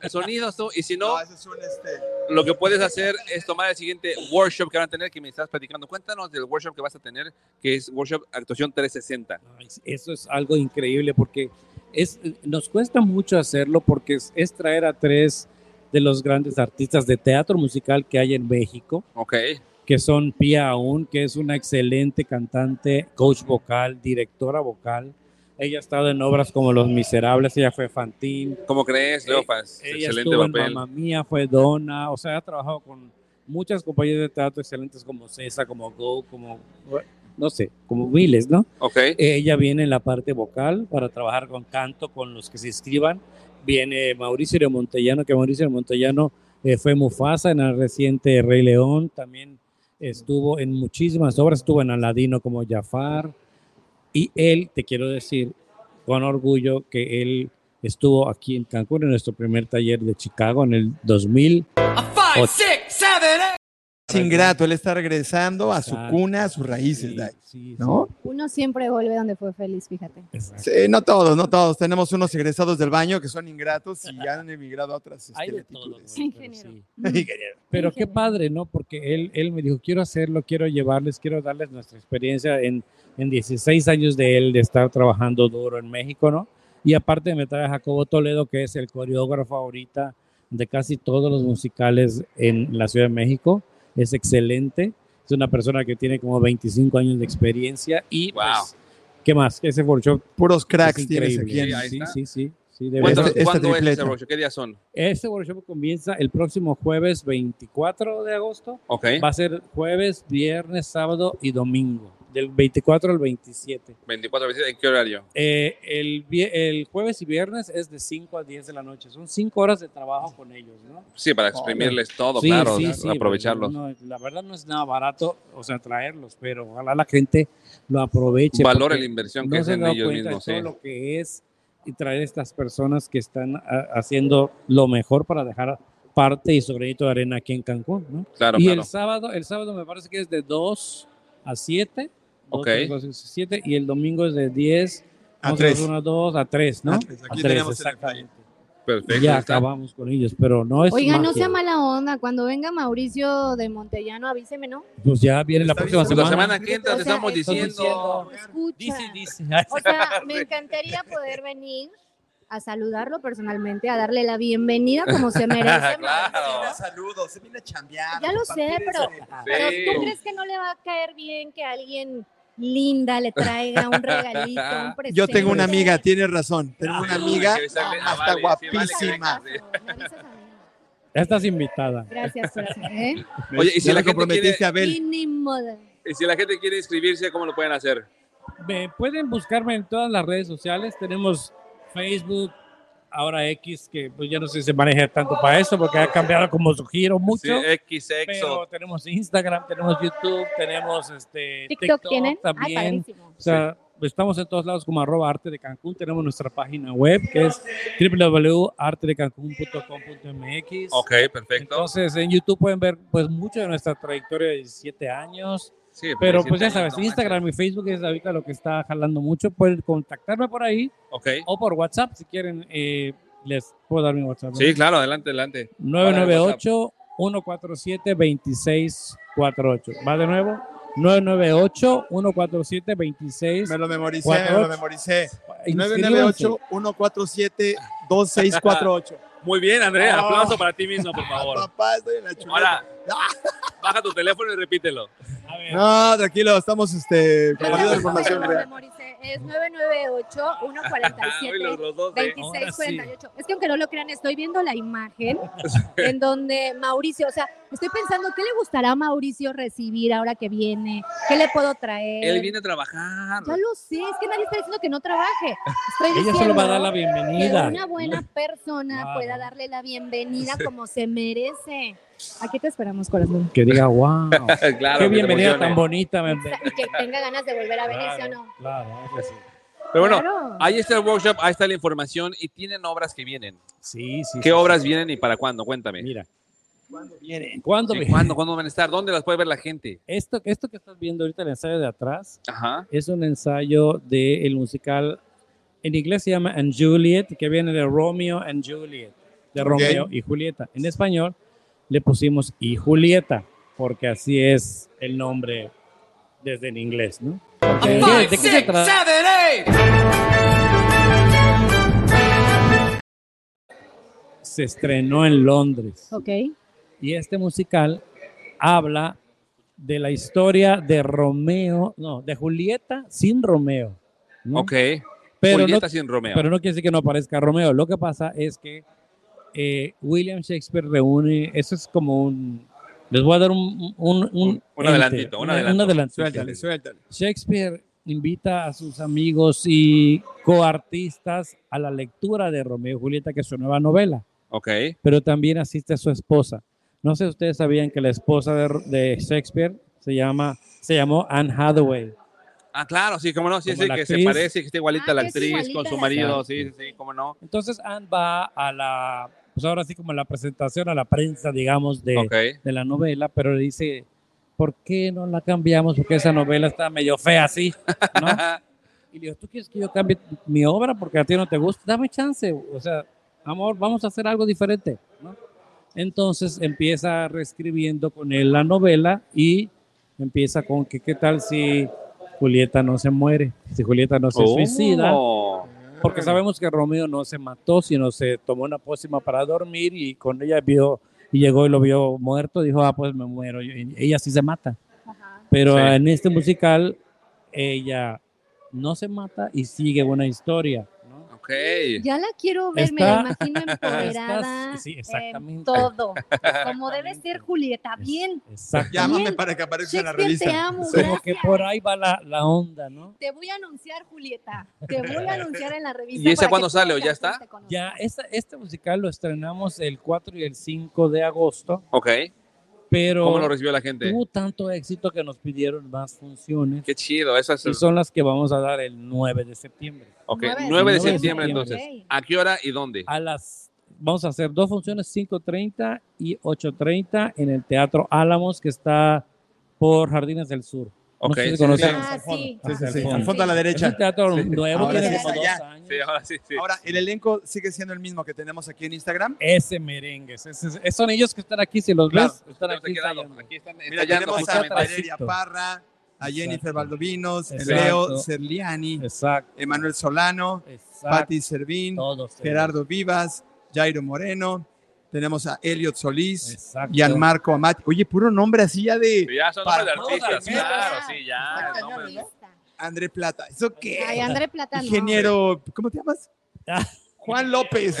Speaker 1: no, sonidos tú, y si no,
Speaker 3: ese es un este.
Speaker 1: lo que puedes hacer es tomar el siguiente workshop que van a tener que me estás platicando. Cuéntanos del workshop que vas a tener, que es workshop actuación 360.
Speaker 5: Ay, Eso es algo increíble porque es, nos cuesta mucho hacerlo porque es, es traer a tres de los grandes artistas de teatro musical que hay en México,
Speaker 1: Ok,
Speaker 5: que son Pia Aún, que es una excelente cantante, coach vocal, directora vocal. Ella ha estado en obras como Los Miserables, ella fue Fantine,
Speaker 1: ¿cómo crees,
Speaker 5: Eh,
Speaker 1: Leofas?
Speaker 5: ella
Speaker 1: Excelente
Speaker 5: estuvo
Speaker 1: papel.
Speaker 5: en Mamma Mía, fue Donna, o sea, ha trabajado con muchas compañías de teatro excelentes como César, como Go, como, no sé, como miles, ¿no?
Speaker 1: Ok,
Speaker 5: Ella viene en la parte vocal para trabajar con canto, con los que se inscriban. Viene Mauricio de Montellano, que Mauricio de Montellano eh, fue Mufasa en el reciente Rey León. También estuvo en muchísimas obras, estuvo en Aladino como Jafar. Y él, te quiero decir con orgullo que él estuvo aquí en Cancún en nuestro primer taller de Chicago en el 2000.
Speaker 3: Es ingrato, él está regresando a su
Speaker 5: Exacto.
Speaker 3: cuna, a sus raíces,
Speaker 5: Sí,
Speaker 3: Dai,
Speaker 5: sí,
Speaker 3: ¿no?
Speaker 2: Uno siempre vuelve donde fue feliz, fíjate.
Speaker 5: sí, exacto.
Speaker 3: Sí, no todos, no todos. Tenemos unos egresados del baño que son ingratos y han emigrado a otras
Speaker 5: Hay
Speaker 3: este,
Speaker 5: de todo,
Speaker 3: latitudes.
Speaker 5: güey, pero
Speaker 2: Ingeniero.
Speaker 5: sí.
Speaker 3: Ingeniero.
Speaker 5: Pero qué
Speaker 2: Ingeniero.
Speaker 5: padre, ¿no? Porque él, él me dijo, quiero hacerlo, quiero llevarles, quiero darles nuestra experiencia en, en 16 años de él, de estar trabajando duro en México, ¿no? Y aparte me trae a Jacobo Toledo, que es el coreógrafo ahorita de casi todos los musicales en la Ciudad de México. Es excelente. Es una persona que tiene como 25 años de experiencia y,
Speaker 1: Wow.
Speaker 5: pues, ¿qué más? Ese workshop
Speaker 3: [laughs] Puros
Speaker 5: es
Speaker 3: cracks tienes
Speaker 5: increíble.
Speaker 3: aquí.
Speaker 1: Sí, ahí
Speaker 3: en-
Speaker 5: Sí,
Speaker 1: está.
Speaker 5: sí, sí, sí, de
Speaker 1: ¿Cuándo,
Speaker 5: verdad.
Speaker 3: este- esta
Speaker 1: cuándo es ese
Speaker 3: tripleta.
Speaker 1: workshop? ¿Qué días son?
Speaker 5: Este workshop comienza el próximo jueves 24 de agosto.
Speaker 1: Ok,
Speaker 5: Va a ser jueves, viernes, sábado y domingo, del 24 al 27.
Speaker 1: 24 veces, ¿en qué horario?
Speaker 5: Eh, el, vie- el jueves y viernes es de 5 a 10 de la noche. Son 5 horas de trabajo con ellos, ¿no?
Speaker 1: Sí, para exprimirles todo,
Speaker 5: Oh, Sí,
Speaker 1: claro,
Speaker 5: sí,
Speaker 1: a-
Speaker 5: sí,
Speaker 1: aprovecharlos.
Speaker 5: no, no, la verdad no es nada barato, o sea, traerlos, pero ojalá la gente lo aproveche.
Speaker 1: Valora
Speaker 5: porque
Speaker 1: la inversión que
Speaker 5: no
Speaker 1: es
Speaker 5: se han
Speaker 1: en
Speaker 5: dado
Speaker 1: ellos
Speaker 5: cuenta
Speaker 1: mismos,
Speaker 5: de
Speaker 1: sí.
Speaker 5: todo lo que es y traer estas personas que están ah, haciendo lo mejor para dejar parte y su granito de arena aquí en Cancún, ¿no?
Speaker 1: Claro,
Speaker 5: y
Speaker 1: claro.
Speaker 5: el sábado, el sábado me parece que es de 2 a 7.
Speaker 1: Ok.
Speaker 5: 7 y el domingo es de 10
Speaker 3: A
Speaker 5: once,
Speaker 3: tres.
Speaker 5: doce, una, dos, a 3, ¿no?
Speaker 3: A tres, aquí tenemos el
Speaker 5: exactamente.
Speaker 1: Perfecto.
Speaker 5: Ya
Speaker 1: ahí está.
Speaker 5: acabamos con ellos, pero no es
Speaker 2: Oiga, no
Speaker 5: magia.
Speaker 2: sea mala onda. Cuando venga Mauricio de Montellano, avíseme, ¿no?
Speaker 5: Pues ya viene la
Speaker 3: Está
Speaker 5: próxima
Speaker 3: bien,
Speaker 1: La
Speaker 5: semana.
Speaker 1: semana que entra
Speaker 2: O
Speaker 1: te
Speaker 2: sea,
Speaker 1: estamos
Speaker 2: estoy
Speaker 1: diciendo.
Speaker 2: Escucha.
Speaker 5: Dice, [laughs] dice.
Speaker 2: O sea, me encantaría poder venir a saludarlo personalmente, a darle la bienvenida
Speaker 1: [laughs]
Speaker 2: como se merece.
Speaker 1: Claro.
Speaker 3: Mira, Saludos, se viene a chambear.
Speaker 2: Ya lo sé,
Speaker 3: compartir
Speaker 2: pero-
Speaker 3: ese-
Speaker 2: Pero,
Speaker 1: Sí.
Speaker 2: ¿Tú crees que no le va a caer bien que alguien linda le traiga un regalito, un presente?
Speaker 3: [laughs] Yo tengo una amiga, tienes razón. Tengo una
Speaker 1: Uy,
Speaker 3: amiga
Speaker 1: que besarle a Vale, sí, Vale,
Speaker 3: hasta
Speaker 1: que
Speaker 3: guapísima.
Speaker 1: venga, sí.
Speaker 2: Me avisas a mí.
Speaker 5: Ya estás invitada.
Speaker 2: Gracias, corazón. ¿eh?
Speaker 1: Oye, y si
Speaker 3: Ya
Speaker 1: la
Speaker 3: la
Speaker 1: gente
Speaker 3: comprometiste
Speaker 1: quiere-
Speaker 3: a Abel.
Speaker 2: Y ni modo.
Speaker 1: Y si la gente quiere inscribirse, ¿cómo lo pueden hacer?
Speaker 5: Me pueden buscarme en todas las redes sociales. Tenemos Facebook, ahora X, que pues ya no sé si se maneja tanto para eso, porque ha cambiado como su giro mucho.
Speaker 1: Sí, X,
Speaker 5: pero pues,
Speaker 1: Exo.
Speaker 5: tenemos Instagram, tenemos YouTube, tenemos este
Speaker 2: TikTok tienen. Ay,
Speaker 5: también.
Speaker 2: padrísimo.
Speaker 5: o sea, estamos en todos lados como arroba arte de Cancún. Tenemos nuestra página web que es www.artedecancun.com.mx.
Speaker 1: Ok, perfecto.
Speaker 5: Entonces en YouTube pueden ver pues mucho de nuestra trayectoria de 17 años.
Speaker 1: Sí,
Speaker 5: Pero
Speaker 1: sí,
Speaker 5: pues ya
Speaker 1: sí,
Speaker 5: sabes,
Speaker 1: no
Speaker 5: Instagram y Facebook es ahorita lo que está jalando mucho. Pueden contactarme por ahí
Speaker 1: manches. Ok.
Speaker 5: o por WhatsApp si quieren. eh, les puedo dar mi WhatsApp. ¿no?
Speaker 1: Sí, claro, adelante, adelante.
Speaker 5: 998-147-2648. Va de nuevo. 998-147-26.
Speaker 3: Me lo memoricé,
Speaker 5: Cuatro,
Speaker 3: me lo
Speaker 5: ocho.
Speaker 3: memoricé.
Speaker 5: Inscríbanse.
Speaker 3: 998-147-2648.
Speaker 1: Muy bien, Andrea,
Speaker 3: Oh.
Speaker 1: aplauso para ti mismo, Ah, por
Speaker 5: [laughs]
Speaker 1: favor.
Speaker 3: Papá, estoy en la chuleta.
Speaker 1: Ahora, baja tu teléfono y repítelo.
Speaker 5: A ver,
Speaker 3: No, tranquilo, estamos este, compartiendo
Speaker 1: Pero-
Speaker 3: información
Speaker 2: [laughs]
Speaker 3: real.
Speaker 2: memoricé. Es 998
Speaker 1: Ah, hoy los,
Speaker 2: 147
Speaker 1: los dos, ¿eh?
Speaker 2: 2648. Es que aunque no lo crean, estoy viendo la imagen
Speaker 5: [laughs]
Speaker 2: en donde Mauricio, o sea, estoy pensando, ¿qué le gustará a Mauricio recibir ahora que viene? ¿Qué le puedo traer?
Speaker 1: Él viene a trabajar.
Speaker 2: Ya lo sé, es que nadie está diciendo que no trabaje. Estoy
Speaker 5: ella
Speaker 2: diciendo
Speaker 5: solo va a dar la
Speaker 2: que
Speaker 5: bienvenida.
Speaker 2: una buena persona
Speaker 5: Claro.
Speaker 2: pueda darle la bienvenida como se merece. Aquí te esperamos, corazón.
Speaker 5: Que diga, wow.
Speaker 1: [laughs] Eh, claro,
Speaker 5: Qué
Speaker 1: que te
Speaker 5: bienvenida
Speaker 1: emocione.
Speaker 5: tan bonita. me-
Speaker 2: O sea, Y que tenga ganas de volver a venir, ¿sí o no?
Speaker 5: Claro, claro que sí.
Speaker 1: Pero bueno,
Speaker 2: Claro.
Speaker 1: ahí está el workshop, ahí está la información y tienen obras que vienen.
Speaker 5: Sí, sí.
Speaker 1: ¿Qué
Speaker 5: sí,
Speaker 1: obras
Speaker 5: sí.
Speaker 1: vienen y para cuándo? Cuéntame.
Speaker 5: Mira. ¿Cuándo
Speaker 1: Sí,
Speaker 5: viene?
Speaker 1: ¿Cuándo, ¿Cuándo van a estar? ¿Dónde las puede ver la gente?
Speaker 5: Esto, esto que estás viendo ahorita, el ensayo de atrás,
Speaker 1: Ajá.
Speaker 5: es un ensayo del musical, en inglés se llama And Juliet, que viene de Romeo and Juliet, de Romeo y Julieta. En español le pusimos y Julieta, porque así es el nombre desde en inglés, ¿no? Porque- ¿De qué se trata? Se estrenó en Londres.
Speaker 2: Ok.
Speaker 5: Y este musical habla de la historia de Romeo, no, de Julieta sin Romeo. ¿no?
Speaker 1: Ok.
Speaker 5: Mm. pero, no,
Speaker 1: Julieta sin Romeo.
Speaker 5: pero no quiere decir que no aparezca Romeo. Lo que pasa es que eh, William Shakespeare reúne, eso es como un... Les voy a dar un... Un, un-
Speaker 1: Un adelantito, un adelanto.
Speaker 5: adelantito.
Speaker 3: Suéltale, suéltale.
Speaker 5: Shakespeare invita a sus amigos y coartistas a la lectura de Romeo y Julieta, que es su nueva novela
Speaker 1: ok.
Speaker 5: pero también asiste a su esposa. No sé si ustedes sabían que la esposa de, de Shakespeare se, llama, se llamó Anne Hathaway.
Speaker 1: Ah, claro, sí, cómo no. Sí,
Speaker 5: Como
Speaker 1: sí,
Speaker 5: la
Speaker 1: que se
Speaker 5: actriz.
Speaker 1: parece, que está igualita
Speaker 2: Ah,
Speaker 1: la
Speaker 2: que es
Speaker 1: actriz
Speaker 2: igualita
Speaker 1: con su
Speaker 2: la
Speaker 1: marido. Sí,
Speaker 5: actriz.
Speaker 1: sí, sí, cómo no.
Speaker 5: Entonces Anne va a la, pues ahora sí como a la presentación, a la prensa, digamos, de,
Speaker 1: Ok.
Speaker 5: de la novela, pero le dice, ¿por qué no la cambiamos? Porque esa novela está medio fea así, ¿no? Y le digo, ¿tú quieres que yo cambie mi obra porque a ti no te gusta? Dame chance, o sea, amor, vamos a hacer algo diferente, ¿no? Entonces empieza reescribiendo con él la novela y empieza con que qué tal si Julieta no se muere, si Julieta no se
Speaker 1: Oh.
Speaker 5: suicida, porque sabemos que Romeo no se mató, sino se tomó una pócima para dormir y con ella vio y llegó y lo vio muerto, dijo, ah, pues me muero. Y ella sí se mata.
Speaker 2: Ajá.
Speaker 5: Pero
Speaker 1: Sí.
Speaker 5: en este musical, ella no se mata y sigue una historia. ¿no?
Speaker 1: Ok.
Speaker 2: Ya la quiero ver, me la
Speaker 5: Está-
Speaker 2: imagino empoderada.
Speaker 5: Estás- sí,
Speaker 2: en
Speaker 5: exactamente.
Speaker 2: todo. Como debe ser Julieta, bien.
Speaker 5: Exacto.
Speaker 3: Llámame para que aparezca en la
Speaker 2: Shakespeare, te
Speaker 3: revista.
Speaker 2: amo.
Speaker 5: Como
Speaker 2: gracias.
Speaker 5: que por ahí va la, la onda, ¿no?
Speaker 2: Te voy a anunciar, Julieta. Te voy a anunciar en la revista.
Speaker 1: ¿Y esa
Speaker 2: para
Speaker 1: cuándo
Speaker 2: que tú
Speaker 1: sale o
Speaker 2: seas
Speaker 1: ya está?
Speaker 2: te conozco.
Speaker 5: Ya, esta- este musical lo estrenamos el 4 y el 5 de agosto,
Speaker 1: Ok.
Speaker 5: pero
Speaker 1: ¿Cómo lo recibió la gente?
Speaker 5: tuvo tanto éxito que nos pidieron más funciones.
Speaker 1: Qué chido. Eso es.
Speaker 5: y son las que vamos a dar el 9 de septiembre.
Speaker 1: Ok.
Speaker 2: Nueve de
Speaker 1: 9 de
Speaker 5: septiembre. Ah,
Speaker 1: septiembre, entonces.
Speaker 2: Ok. Ah,
Speaker 1: ¿A qué hora y dónde?
Speaker 5: A las vamos a hacer dos funciones 5:30 y 8:30 en el Teatro Álamos que está por Jardines del Sur.
Speaker 1: Ok.
Speaker 5: no sé si
Speaker 1: sí,
Speaker 5: conocen.
Speaker 1: sí,
Speaker 2: Ah, sí.
Speaker 3: Sí, sí,
Speaker 5: Al
Speaker 3: sí.
Speaker 5: fondo.
Speaker 3: Al fondo a la
Speaker 5: Es un
Speaker 3: derecha.
Speaker 5: teatro
Speaker 1: Sí.
Speaker 5: nuevo,
Speaker 3: Ahora
Speaker 5: tiene
Speaker 3: sí,
Speaker 5: como
Speaker 3: allá.
Speaker 5: dos años.
Speaker 1: Sí, ahora sí, sí.
Speaker 3: Ahora, el elenco sigue siendo el mismo que tenemos aquí en Instagram.
Speaker 5: Ese merengue, ese- ese- son ellos que están aquí, si los
Speaker 3: Claro,
Speaker 5: ves, están
Speaker 1: Pero se
Speaker 5: aquí.
Speaker 1: quedaron.
Speaker 5: ensayando.
Speaker 1: Aquí están
Speaker 3: Mira,
Speaker 1: ensayando
Speaker 3: tenemos a
Speaker 1: justamente.
Speaker 5: atrás.
Speaker 3: Valeria Parra, a Jennifer
Speaker 5: Exacto.
Speaker 3: Valdovinos,
Speaker 5: Exacto.
Speaker 3: Leo Cerliani,
Speaker 5: Exacto.
Speaker 3: Emanuel Solano,
Speaker 5: Exacto.
Speaker 3: Patti Servín,
Speaker 5: Todos.
Speaker 3: Gerardo Vivas, Jairo Moreno, tenemos a Eliot Solís,
Speaker 5: Exacto.
Speaker 3: Gianmarco Amati. Oye, puro nombre así ya de
Speaker 1: Sí, ya son nombres de
Speaker 5: Vamos al
Speaker 1: artistas,
Speaker 5: menos.
Speaker 1: claro, sí, ya.
Speaker 2: Ay,
Speaker 1: nombres, Ah, ¿no?
Speaker 3: André Plata. ¿Eso
Speaker 2: Ay,
Speaker 3: qué?
Speaker 2: André Plata. no.
Speaker 3: Ingeniero, ¿cómo te llamas?
Speaker 5: Ah.
Speaker 3: Juan López.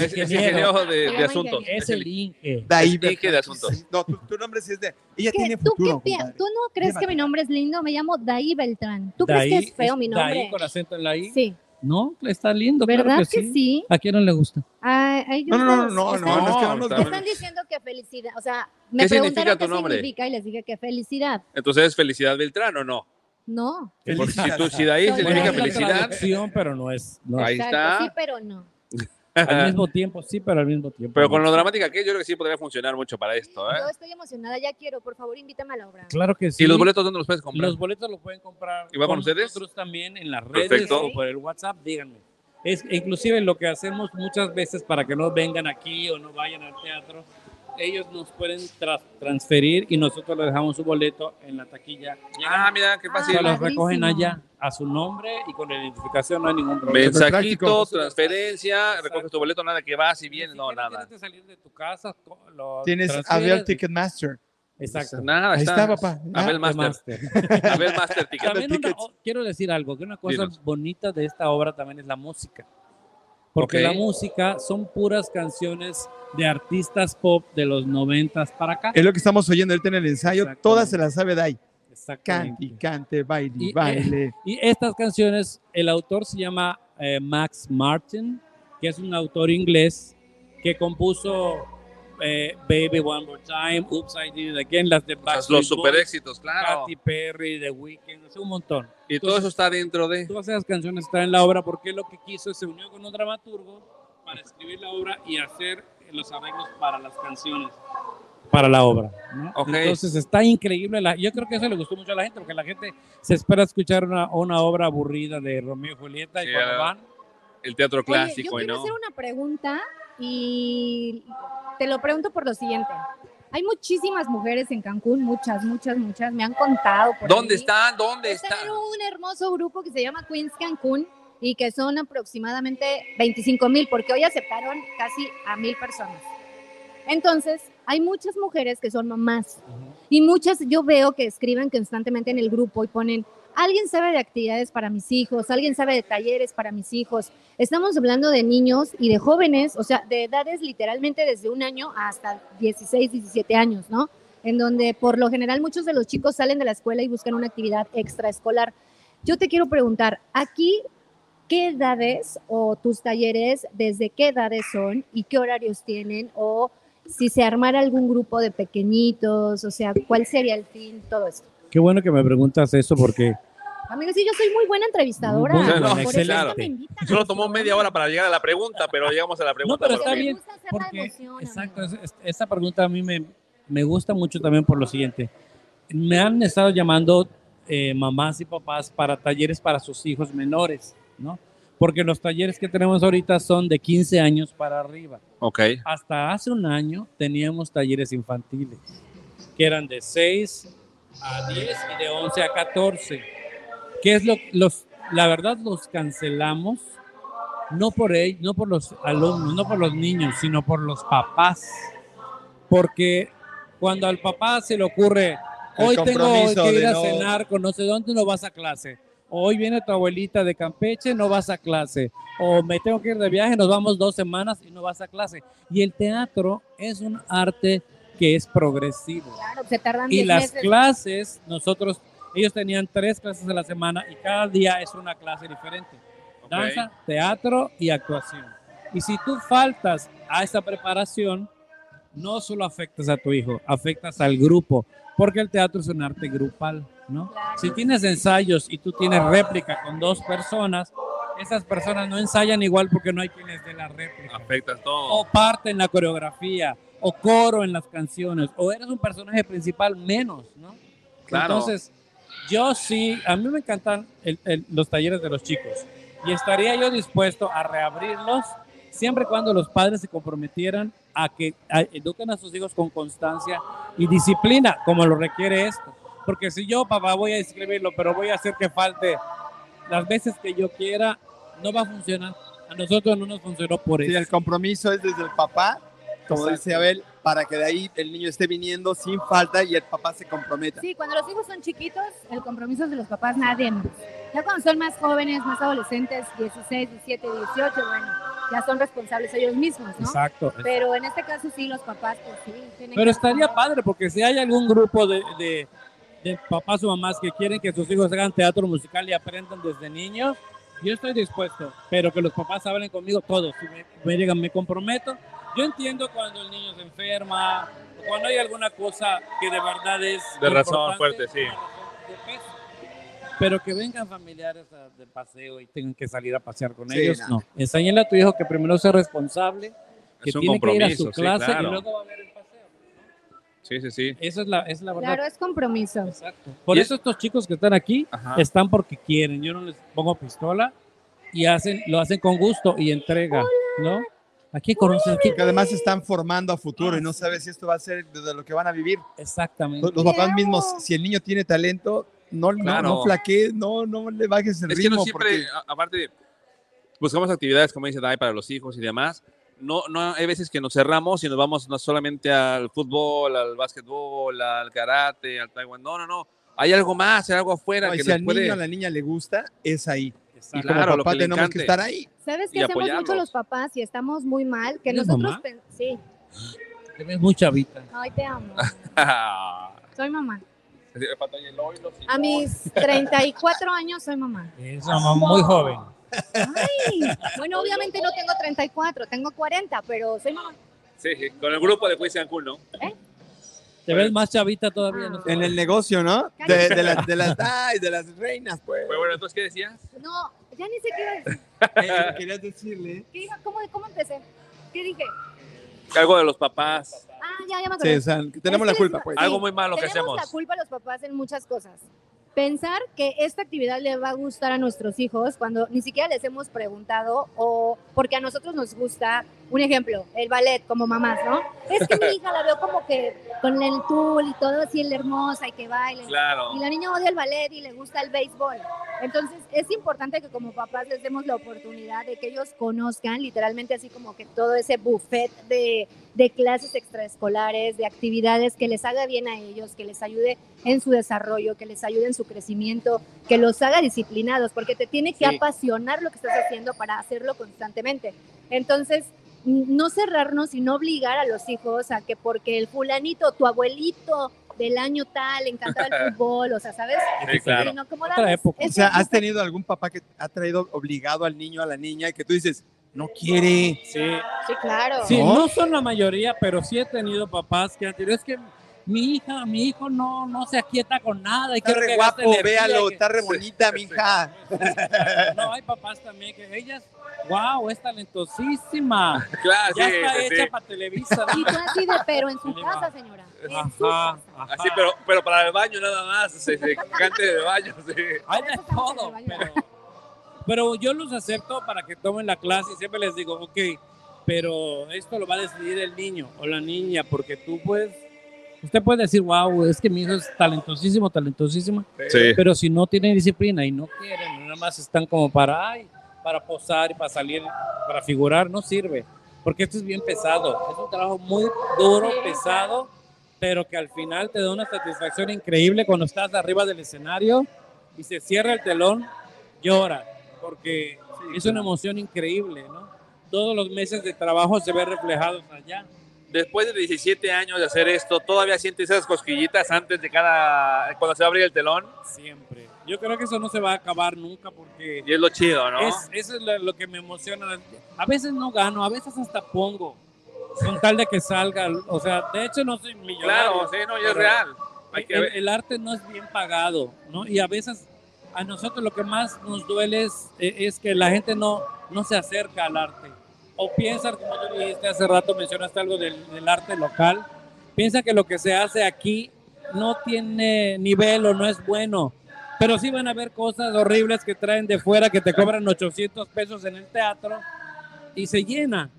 Speaker 1: Es, es
Speaker 5: Ingeniero.
Speaker 1: ingeniero de,
Speaker 2: Se
Speaker 1: de
Speaker 2: llama
Speaker 1: asuntos.
Speaker 2: ingeniero.
Speaker 5: Es el Inge.
Speaker 3: De ahí,
Speaker 1: es Quique de asuntos.
Speaker 3: No, tu, tu nombre sí es de.
Speaker 2: ¿Qué?
Speaker 3: Ella tiene
Speaker 2: ¿Tú, qué
Speaker 3: futuro.
Speaker 2: pi-
Speaker 3: compadre.
Speaker 2: ¿Tú no crees que
Speaker 3: Llévatela.
Speaker 2: mi nombre es lindo? Me llamo Daí Beltrán. ¿Tú
Speaker 5: Daí,
Speaker 2: crees que es feo mi
Speaker 5: Daí
Speaker 2: nombre?
Speaker 5: con acento en la I.
Speaker 2: Sí,
Speaker 5: No, está lindo. claro
Speaker 2: ¿verdad que
Speaker 5: que
Speaker 2: sí?
Speaker 5: ¿A quién no le gusta?
Speaker 2: Ay, ay,
Speaker 3: No, no, no,
Speaker 2: ustedes
Speaker 3: no, no,
Speaker 2: están-
Speaker 3: no, es que no nos-
Speaker 1: Está
Speaker 2: Están diciendo que felicidad, o sea, me
Speaker 1: ¿Qué significa
Speaker 2: preguntaron
Speaker 1: tu
Speaker 2: qué
Speaker 1: nombre?
Speaker 2: significa y les dije que felicidad.
Speaker 1: Entonces, ¿es felicidad Beltrán o no?
Speaker 2: No.
Speaker 1: Porque si,
Speaker 3: Felicidad.
Speaker 1: tú, si de ahí
Speaker 2: Soy
Speaker 1: significa
Speaker 2: yo.
Speaker 5: es la
Speaker 1: felicidad,
Speaker 5: traducción, pero no es. no es.
Speaker 1: ahí
Speaker 2: Exacto,
Speaker 1: está.
Speaker 2: Sí, pero no.
Speaker 1: [laughs]
Speaker 5: Al mismo tiempo, sí, pero al mismo tiempo.
Speaker 1: ah. Pero
Speaker 5: no.
Speaker 1: con lo dramática que es, yo creo que sí podría funcionar mucho para esto. ¿eh?
Speaker 2: Yo estoy emocionada, ya quiero, por favor, invítame a la obra.
Speaker 5: Claro que sí.
Speaker 1: ¿Y los boletos dónde los puedes comprar?
Speaker 5: Los boletos los pueden comprar.
Speaker 1: ¿Y va con ustedes?
Speaker 5: Nosotros también en las redes
Speaker 1: Perfecto.
Speaker 5: o por el WhatsApp, díganme. Es inclusive lo que hacemos muchas veces para que no vengan aquí o no vayan al teatro. Ellos nos pueden tra- transferir y nosotros les dejamos su boleto en la taquilla.
Speaker 1: Ah, mira, qué
Speaker 5: Se
Speaker 1: fácil.
Speaker 2: Ah,
Speaker 5: los recogen
Speaker 2: padrísimo.
Speaker 5: allá a su nombre y con la identificación no hay ningún problema.
Speaker 1: Mensajito,
Speaker 3: práctico.
Speaker 1: transferencia,
Speaker 5: Exacto.
Speaker 1: recoges tu boleto, nada que vas y vienes,
Speaker 5: Ni
Speaker 1: no,
Speaker 5: siquiera
Speaker 1: nada.
Speaker 5: Tienes que salir de tu casa. co- lo
Speaker 3: Tienes a
Speaker 5: transfieres.
Speaker 3: Abel Ticketmaster.
Speaker 5: Exacto.
Speaker 1: Nada,
Speaker 3: Ahí está, papá.
Speaker 1: Abel Master,
Speaker 5: Ah, Master. [laughs]
Speaker 1: Abel Master Ticket.
Speaker 5: También una-
Speaker 3: tickets.
Speaker 5: o- quiero decir algo, que una cosa
Speaker 1: Dinos.
Speaker 5: bonita de esta obra también es la música. Porque
Speaker 1: Ok.
Speaker 5: la música son puras canciones de artistas pop de los noventas para acá.
Speaker 3: Es lo que estamos oyendo ahorita en el ensayo.
Speaker 5: Exactamente.
Speaker 3: Todas se las sabe Dai. Cante, y
Speaker 5: Exactamente.
Speaker 3: cante, baile,
Speaker 5: Y,
Speaker 3: y
Speaker 5: eh,
Speaker 1: [laughs]
Speaker 3: baile.
Speaker 5: Y estas canciones, el autor se llama eh, Max Martin, que es un autor inglés que compuso eh, Baby One More Time, Oops I Did It Again, las de Backstreet
Speaker 1: Los super
Speaker 5: Boys,
Speaker 1: éxitos, claro.
Speaker 5: Katy Perry, The Weeknd, o sea, un montón.
Speaker 1: Y todo eso está dentro de.
Speaker 5: todas esas canciones están en la obra porque lo que quiso es se unió con un dramaturgo para escribir la obra y hacer los arreglos para las canciones para la obra. ¿no?
Speaker 1: Ok.
Speaker 5: Entonces está increíble. La, yo creo que eso le gustó mucho a la gente porque la gente se espera escuchar una, una obra aburrida de Romeo y Julieta
Speaker 1: Sí,
Speaker 5: y cuando
Speaker 1: ah,
Speaker 5: van
Speaker 1: El teatro clásico,
Speaker 2: Oye, yo
Speaker 1: y
Speaker 2: quiero
Speaker 1: ¿no?
Speaker 2: hacer una pregunta y te lo pregunto por lo siguiente. Hay muchísimas mujeres en Cancún, muchas, muchas, muchas. Me han contado. Por
Speaker 1: ¿Dónde
Speaker 2: ahí.
Speaker 1: están? ¿Dónde
Speaker 2: Están
Speaker 1: están?
Speaker 2: en un hermoso grupo que se llama Queens Cancún y que son aproximadamente 25 mil, porque hoy aceptaron casi a mil personas. Entonces, hay muchas mujeres que son mamás y muchas yo veo que escriben constantemente en el grupo y ponen, alguien sabe de actividades para mis hijos, alguien sabe de talleres para mis hijos. Estamos hablando de niños y de jóvenes, o sea, de edades literalmente desde un año hasta 16, 17 años, ¿no? En donde por lo general muchos de los chicos salen de la escuela y buscan una actividad extraescolar. Yo te quiero preguntar, aquí, ¿qué edades o tus talleres, desde qué edades son y qué horarios tienen o si se armara algún grupo de pequeñitos, o sea, ¿cuál sería el fin? Todo esto.
Speaker 5: Qué bueno que me preguntas eso porque
Speaker 2: Amigos, sí, yo soy muy buena entrevistadora.
Speaker 5: Muy
Speaker 1: buena,
Speaker 2: por eso es que
Speaker 1: excelente.
Speaker 2: me invitan.
Speaker 1: Solo tomó media hora para llegar a la pregunta, pero llegamos a la pregunta. pues.
Speaker 5: pero
Speaker 1: por
Speaker 5: está
Speaker 1: fin.
Speaker 5: bien,
Speaker 2: Me gusta hacer la
Speaker 5: porque
Speaker 2: emoción, amigo.
Speaker 5: exacto, es- es- esta pregunta a mí me, me gusta mucho también por lo siguiente. Me han estado llamando eh, mamás y papás para talleres para sus hijos menores, ¿no? Porque los talleres que tenemos ahorita son de 15 años para arriba.
Speaker 1: Ok.
Speaker 5: Hasta hace un año teníamos talleres infantiles, que eran de 6 a 10 y de 11 a 14. Que es lo los la verdad los cancelamos no por él, no por los alumnos, no por los niños, sino por los papás. Porque cuando al papá se le ocurre,
Speaker 3: El
Speaker 5: hoy tengo
Speaker 3: compromiso
Speaker 5: que ir
Speaker 3: de
Speaker 5: a
Speaker 3: no-
Speaker 5: cenar con no sé dónde, no vas a clase. Hoy viene tu abuelita de Campeche, no vas a clase. O me tengo que ir de viaje, nos vamos dos semanas y no vas a clase. Y el teatro es un arte que es progresivo.
Speaker 2: Claro, se tardan
Speaker 5: Y
Speaker 2: 10
Speaker 5: las
Speaker 2: meses.
Speaker 5: clases, nosotros, ellos tenían tres clases a la semana y cada día es una clase diferente
Speaker 1: ok.
Speaker 5: danza, teatro y actuación. Y si tú faltas a esa preparación, no solo afectas a tu hijo, afectas al grupo, porque el teatro es un arte grupal, ¿no?
Speaker 2: Claro.
Speaker 5: Si tienes ensayos y tú tienes réplica con dos personas, esas personas no ensayan igual porque no hay quienes de la réplica.
Speaker 1: Afecta todo.
Speaker 5: O parte en la coreografía, o coro en las canciones, o eres un personaje principal menos, ¿no?
Speaker 1: Claro.
Speaker 5: Entonces, yo sí, a mí me encantan el- el- los talleres de los chicos y estaría yo dispuesto a reabrirlos siempre y cuando los padres se comprometieran a que a- eduquen a sus hijos con constancia y disciplina, como lo requiere esto. Porque si yo, papá, voy a escribirlo, pero voy a hacer que falte las veces que yo quiera, no va a funcionar. A nosotros no nos funcionó por
Speaker 3: Si
Speaker 5: eso.
Speaker 3: el compromiso es desde el papá, como dice Abel, para que de ahí el niño esté viniendo sin falta y el papá se comprometa.
Speaker 2: Sí, cuando los hijos son chiquitos, el compromiso es de los papás, nadie más. Ya cuando son más jóvenes, más adolescentes, 16, 17, 18, bueno, ya son responsables ellos mismos, ¿no?
Speaker 5: Exacto.
Speaker 2: Pero en este caso sí, los papás, pues sí. tienen
Speaker 5: Pero
Speaker 2: que-
Speaker 5: estaría padre, porque si hay algún grupo de, de, de papás o mamás que quieren que sus hijos hagan teatro musical y aprendan desde niños, yo estoy dispuesto, pero que los papás hablen conmigo todos. Si me, me digan, me comprometo. Yo entiendo cuando el niño se enferma, o cuando hay alguna cosa que de verdad es.
Speaker 1: De razón
Speaker 5: importante,
Speaker 1: fuerte, sí.
Speaker 5: de razón de peso. Pero que vengan familiares a- de paseo y tengan que salir a pasear con
Speaker 3: Sí,
Speaker 5: ellos,
Speaker 3: no.
Speaker 5: no. Enséñale a tu hijo que primero sea responsable, que
Speaker 1: Es un
Speaker 5: tiene que ir a
Speaker 1: compromiso,
Speaker 5: su
Speaker 1: sí,
Speaker 5: clase
Speaker 1: claro.
Speaker 5: y luego va a haber el paseo.
Speaker 1: Sí, sí, sí.
Speaker 5: Esa es la, esa es la verdad.
Speaker 2: Claro, es compromiso.
Speaker 5: Exacto. Por
Speaker 1: Y-
Speaker 5: eso estos chicos que están aquí
Speaker 1: Ajá.
Speaker 5: están porque quieren. Yo no les pongo pistola y hacen, lo hacen con gusto y entrega, ¿no? Aquí conoces
Speaker 3: Porque además están formando a futuro y no sabes si esto va a ser de lo que van a vivir.
Speaker 5: exactamente.
Speaker 3: Los los papás mismos, si el niño tiene talento, no, no-
Speaker 1: Claro.
Speaker 3: no, flaquees, no, no le bajes el
Speaker 1: Es que
Speaker 3: ritmo.
Speaker 1: no siempre,
Speaker 3: porque-
Speaker 1: a- aparte, buscamos actividades, como dice Dai, para los hijos y demás. No, no, hay veces que nos cerramos y nos vamos no solamente al fútbol, al básquetbol, al karate, al taekwondo. No, no, no. Hay algo más, hay algo afuera
Speaker 3: no, y
Speaker 1: que
Speaker 3: si
Speaker 1: nos
Speaker 3: al
Speaker 1: puede-
Speaker 3: niño o a la niña le gusta, es ahí. Y
Speaker 5: Exacto.
Speaker 1: claro, lo
Speaker 3: como papá
Speaker 1: que le
Speaker 3: tenemos que
Speaker 1: encante.
Speaker 3: estar ahí.
Speaker 2: ¿Sabes
Speaker 1: y
Speaker 2: qué hacemos
Speaker 1: apoyarlos.
Speaker 2: mucho los papás y estamos muy mal? Que
Speaker 5: ¿Eres
Speaker 2: nosotros.
Speaker 5: mamá?
Speaker 2: pen- Sí,
Speaker 5: Te ves muy chavita.
Speaker 2: ay, te amo.
Speaker 1: [laughs] Ah,
Speaker 2: Soy mamá.
Speaker 1: sí, me falta el oído, sí.
Speaker 2: A mis 34 años soy mamá.
Speaker 5: Es una mamá muy joven.
Speaker 2: Ay, bueno, obviamente no tengo 34, tengo 40, pero soy mamá.
Speaker 1: Sí, sí, con el grupo de Juiz Cancún, ¿no?
Speaker 5: Te ves más chavita todavía.
Speaker 2: Ah.
Speaker 5: ¿no?
Speaker 3: En el negocio, ¿no? De, de las,
Speaker 1: [laughs]
Speaker 3: de las, ay, de las reinas, pues.
Speaker 1: Pero bueno, entonces, ¿qué decías?
Speaker 2: No, ya ni sé qué iba a decir.
Speaker 3: Eh, querías decirle.
Speaker 2: ¿Qué iba- ¿Cómo, ¿Cómo empecé? ¿Qué dije?
Speaker 1: Algo de los papás,
Speaker 2: Ah, ya, ya me
Speaker 3: Sí,
Speaker 2: acordé.
Speaker 3: o sea, que tenemos
Speaker 2: Es
Speaker 3: la
Speaker 2: que
Speaker 3: culpa,
Speaker 2: les-
Speaker 3: pues.
Speaker 2: Ah,
Speaker 1: algo muy malo que
Speaker 2: Tenemos
Speaker 1: hacemos.
Speaker 2: la culpa los papás en muchas cosas. Pensar que esta actividad le va a gustar a nuestros hijos cuando ni siquiera les hemos preguntado o porque a nosotros nos gusta, un ejemplo, el ballet como mamás, ¿no? Es que mi hija la veo como que con el tul y todo así, la hermosa y que baile.
Speaker 1: Claro.
Speaker 2: Y la niña odia el ballet y le gusta el béisbol. Entonces es importante que como papás les demos la oportunidad de que ellos conozcan literalmente así como que todo ese buffet de, de clases extraescolares, de actividades que les haga bien a ellos, que les ayude en su desarrollo, que les ayude en su crecimiento, que los haga disciplinados, porque te tiene que
Speaker 3: Sí.
Speaker 2: apasionar lo que estás haciendo para hacerlo constantemente. Entonces, n- no cerrarnos y no obligar a los hijos a que porque el fulanito, tu abuelito del año tal, le encantaba
Speaker 1: [laughs]
Speaker 2: el fútbol, o sea, ¿sabes?
Speaker 1: Sí, claro.
Speaker 2: Sino como
Speaker 5: Otra
Speaker 2: darles
Speaker 5: época.
Speaker 3: O
Speaker 2: ese
Speaker 3: sea, ¿has
Speaker 2: gusto.
Speaker 3: tenido algún papá que ha traído obligado al niño, a la niña, que tú dices, no quiere?
Speaker 5: Sí.
Speaker 2: Sí, claro.
Speaker 5: Sí,
Speaker 3: ¿No?
Speaker 5: ¿No? son la mayoría, pero sí he tenido papás que han tenido. Es que mi hija, mi hijo no, no se aquieta con nada. Y
Speaker 3: Está
Speaker 5: quiero
Speaker 3: re
Speaker 5: que gaste
Speaker 3: guapo,
Speaker 5: energía,
Speaker 3: véalo,
Speaker 5: que-
Speaker 3: está re bonita, mija.
Speaker 5: No, hay papás también que ellas, wow, es talentosísima.
Speaker 1: Claro,
Speaker 5: Ya
Speaker 1: sí,
Speaker 5: está
Speaker 1: sí,
Speaker 5: hecha
Speaker 1: sí.
Speaker 5: para Televisa. ¿no?
Speaker 2: Y tú así de, pero en su
Speaker 5: Ahí va.
Speaker 2: casa, señora. En su
Speaker 5: Ajá,
Speaker 2: casa.
Speaker 5: ajá.
Speaker 1: Así, pero, pero para el baño nada más, se, se cante de baño, sí.
Speaker 5: Hay
Speaker 2: Por
Speaker 5: de
Speaker 2: eso estamos en
Speaker 5: todo,
Speaker 2: el baño.
Speaker 5: pero, pero yo los acepto para que tomen la clase y siempre les digo, ok, pero esto lo va a decidir el niño o la niña, porque tú puedes, usted puede decir, wow, es que mi hijo es talentosísimo, talentosísima,
Speaker 1: Sí.
Speaker 5: pero si no tienen disciplina y no quieren, nada más están como para, ay, para posar y para salir, para figurar, no sirve, porque esto es bien pesado, es un trabajo muy duro,
Speaker 2: Sí,
Speaker 5: pesado, pero que al final te da una satisfacción increíble cuando estás arriba del escenario y se cierra el telón, llora, porque es una emoción increíble, ¿no? Todos los meses de trabajo se ven reflejados allá.
Speaker 1: Después de 17 años de hacer esto, ¿todavía sientes esas cosquillitas antes de cada... cuando se va a abrir el telón?
Speaker 5: Siempre. Yo creo que eso no se va a acabar nunca porque
Speaker 1: Y es lo chido, ¿no?
Speaker 5: es- eso es lo, lo que me emociona. A veces no gano, a veces hasta pongo. Con tal de que salga. O sea, de hecho no soy millonario.
Speaker 1: claro, sí, no, y es
Speaker 5: Pero-
Speaker 1: real. Hay que
Speaker 5: el,
Speaker 1: ver.
Speaker 5: el arte no es bien pagado, ¿no? Y a veces a nosotros lo que más nos duele es, eh, es que la gente no, no se acerca al arte. O piensa, como tú dijiste hace rato, mencionaste algo del, del arte local, piensa que lo que se hace aquí no tiene nivel o no es bueno. Pero sí van a haber cosas horribles que traen de fuera que te cobran 800 pesos en el teatro y se llena.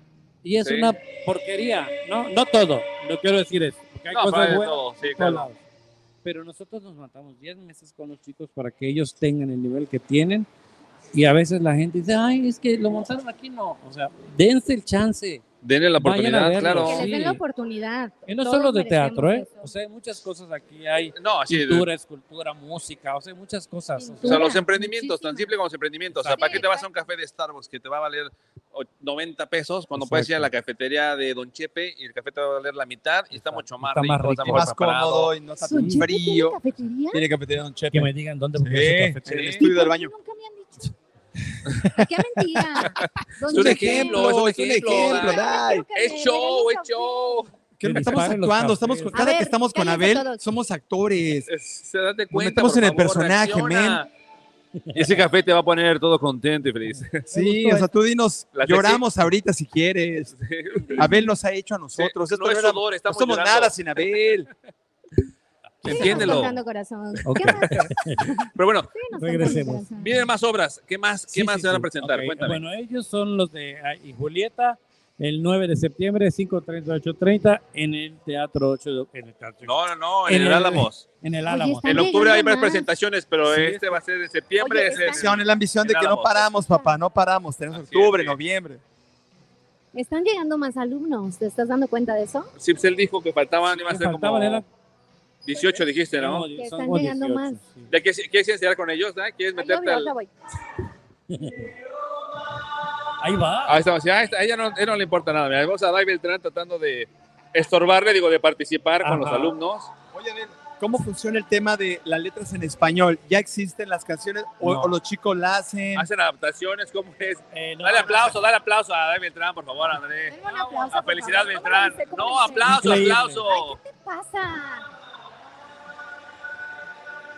Speaker 5: Y es
Speaker 1: Sí.
Speaker 5: una porquería, ¿no? No todo, no quiero decir eso. porque hay
Speaker 1: No,
Speaker 5: cosas
Speaker 1: para
Speaker 5: buenas
Speaker 1: todo, sí,
Speaker 5: todos
Speaker 1: claro.
Speaker 5: lados. pero nosotros nos matamos 10 meses con los chicos para que ellos tengan el nivel que tienen. Y a veces la gente dice, ay, es que lo montaron aquí, no. O sea, dense el chance.
Speaker 1: Denle la
Speaker 5: Vayan a
Speaker 1: oportunidad,
Speaker 5: verlo.
Speaker 1: claro.
Speaker 2: Que les den
Speaker 5: sí.
Speaker 2: la oportunidad.
Speaker 5: Y no
Speaker 2: Todos
Speaker 5: solo de
Speaker 2: merecemos
Speaker 5: teatro, ¿eh?
Speaker 2: eso.
Speaker 5: O sea, hay muchas cosas aquí. Hay
Speaker 1: No, sí, de-
Speaker 5: pintura, escultura, música, o sea, hay muchas cosas. O
Speaker 1: O
Speaker 5: sea,
Speaker 1: sea,
Speaker 2: Dura,
Speaker 1: los emprendimientos, tan
Speaker 2: muchísimo.
Speaker 1: simple como los emprendimientos. O sea,
Speaker 2: Exacto.
Speaker 1: ¿para qué te
Speaker 2: Sí,
Speaker 1: vas a un café de Starbucks que te va a valer o- 90 pesos cuando
Speaker 5: Exacto.
Speaker 1: puedes ir a la cafetería de Don Chepe y el café te va a valer la mitad y está mucho más
Speaker 5: Está
Speaker 1: rico,
Speaker 5: más rico.
Speaker 1: está
Speaker 5: Y
Speaker 1: mejor
Speaker 4: más
Speaker 1: preparado.
Speaker 4: cómodo y no está
Speaker 2: Su
Speaker 4: tan
Speaker 2: chefe tiene
Speaker 4: frío.
Speaker 2: cafetería.
Speaker 4: Tiene cafetería Don Chepe.
Speaker 5: que me digan dónde
Speaker 4: Sí,
Speaker 5: me puse
Speaker 4: en
Speaker 5: el
Speaker 4: el
Speaker 5: café.
Speaker 4: estudio del baño.
Speaker 2: Nunca me han dicho. ¡Qué mentira!
Speaker 1: [laughs] Es
Speaker 2: Don
Speaker 1: un
Speaker 2: Chepe.
Speaker 1: ejemplo, es un ejemplo.
Speaker 3: ejemplo,
Speaker 1: da.
Speaker 3: dai.
Speaker 2: Creo que
Speaker 1: Es
Speaker 2: me
Speaker 1: show,
Speaker 2: regalas
Speaker 1: es show.
Speaker 3: Que
Speaker 5: Que
Speaker 3: estamos
Speaker 5: disparen los
Speaker 3: actuando, estamos,
Speaker 5: cafés.
Speaker 3: cada
Speaker 2: A
Speaker 3: que
Speaker 2: ver,
Speaker 3: estamos con
Speaker 2: cállense
Speaker 3: Abel,
Speaker 2: todos.
Speaker 3: somos actores.
Speaker 1: Es- Se date cuenta.
Speaker 3: metemos
Speaker 1: por
Speaker 3: en el
Speaker 1: favor,
Speaker 3: personaje,
Speaker 1: reacciona. Y ese café te va a poner todo contento y feliz.
Speaker 3: Sí,
Speaker 5: gustó
Speaker 3: o sea, tú dinos,
Speaker 1: La sexy-
Speaker 3: lloramos ahorita si
Speaker 1: [laughs]
Speaker 3: quieres. Abel nos ha hecho a nosotros.
Speaker 1: Sí,
Speaker 3: Esto
Speaker 1: no
Speaker 3: no
Speaker 1: es
Speaker 3: era-
Speaker 1: sudor,
Speaker 3: no
Speaker 1: estamos
Speaker 3: somos
Speaker 1: llorando.
Speaker 3: nada sin Abel.
Speaker 2: ¿Qué nos
Speaker 1: [laughs] Entiéndelo.
Speaker 2: estás contando, corazón?
Speaker 5: Ok.
Speaker 2: ¿Qué más? ¿Qué nos
Speaker 1: Pero bueno,
Speaker 2: contando,
Speaker 5: Regresemos.
Speaker 2: corazón?
Speaker 1: vienen más obras. ¿Qué más, qué
Speaker 5: Sí,
Speaker 1: más
Speaker 5: sí,
Speaker 1: se van a
Speaker 5: sí.
Speaker 1: presentar?
Speaker 5: Ok,
Speaker 1: Cuéntame.
Speaker 5: Bueno, ellos son los de ah, y Julieta el 9 de septiembre 5:30 8:30 en el Teatro 8 en el Teatro
Speaker 1: no, no, no, en
Speaker 5: en
Speaker 1: el
Speaker 5: el-
Speaker 1: Álamos.
Speaker 5: en el
Speaker 2: Oye,
Speaker 5: Álamo.
Speaker 2: está-
Speaker 1: En
Speaker 2: Están
Speaker 1: octubre hay
Speaker 2: llegando
Speaker 1: más
Speaker 2: más.
Speaker 1: presentaciones, pero
Speaker 5: Sí.
Speaker 1: este va a ser de septiembre.
Speaker 2: Oye,
Speaker 1: es el-
Speaker 2: están-
Speaker 3: Ambición, Es la ambición de
Speaker 1: En
Speaker 3: que no
Speaker 1: Álamos.
Speaker 3: paramos, papá, no paramos. Tenemos
Speaker 1: Así es,
Speaker 3: octubre,
Speaker 1: sí.
Speaker 3: noviembre.
Speaker 2: Están llegando más alumnos. ¿Te estás dando cuenta de eso?
Speaker 1: Sipsel dijo que faltaban, iba a
Speaker 5: Que
Speaker 1: ser como
Speaker 5: faltaban, era-
Speaker 1: 18, dijiste, ¿no?
Speaker 5: Son
Speaker 2: Que están
Speaker 5: como
Speaker 2: llegando más.
Speaker 5: sí.
Speaker 1: ¿De qué, ¿Quieres enseñar con ellos? ¿no? ¿Quieres
Speaker 2: Ay, yo
Speaker 1: meterte
Speaker 2: voy,
Speaker 1: al...?
Speaker 2: ahorita voy.
Speaker 5: Ahí va.
Speaker 1: Ah, estaba así, ah, esta- a ella no, a ella no le importa nada. Mira, vamos a Dai Beltrán tratando de estorbarle, digo, de participar con los
Speaker 5: Ajá.
Speaker 1: alumnos.
Speaker 3: Oye, Abel, ¿cómo funciona el tema de las letras en español? ¿Ya existen las canciones o,
Speaker 5: No.
Speaker 3: o los chicos la hacen?
Speaker 1: Hacen adaptaciones, ¿cómo es?
Speaker 5: Eh, no,
Speaker 1: Dale aplauso, dale aplauso a Dai Beltrán, por favor, André.
Speaker 2: Denme un aplauso,
Speaker 1: A
Speaker 2: por
Speaker 1: Felicidad
Speaker 2: favor. ¿Cómo
Speaker 1: Beltrán.
Speaker 2: lo hice? ¿Cómo
Speaker 1: No,
Speaker 2: lo hice?
Speaker 1: aplauso,
Speaker 5: Increíble.
Speaker 1: aplauso.
Speaker 2: ¿Qué pasa?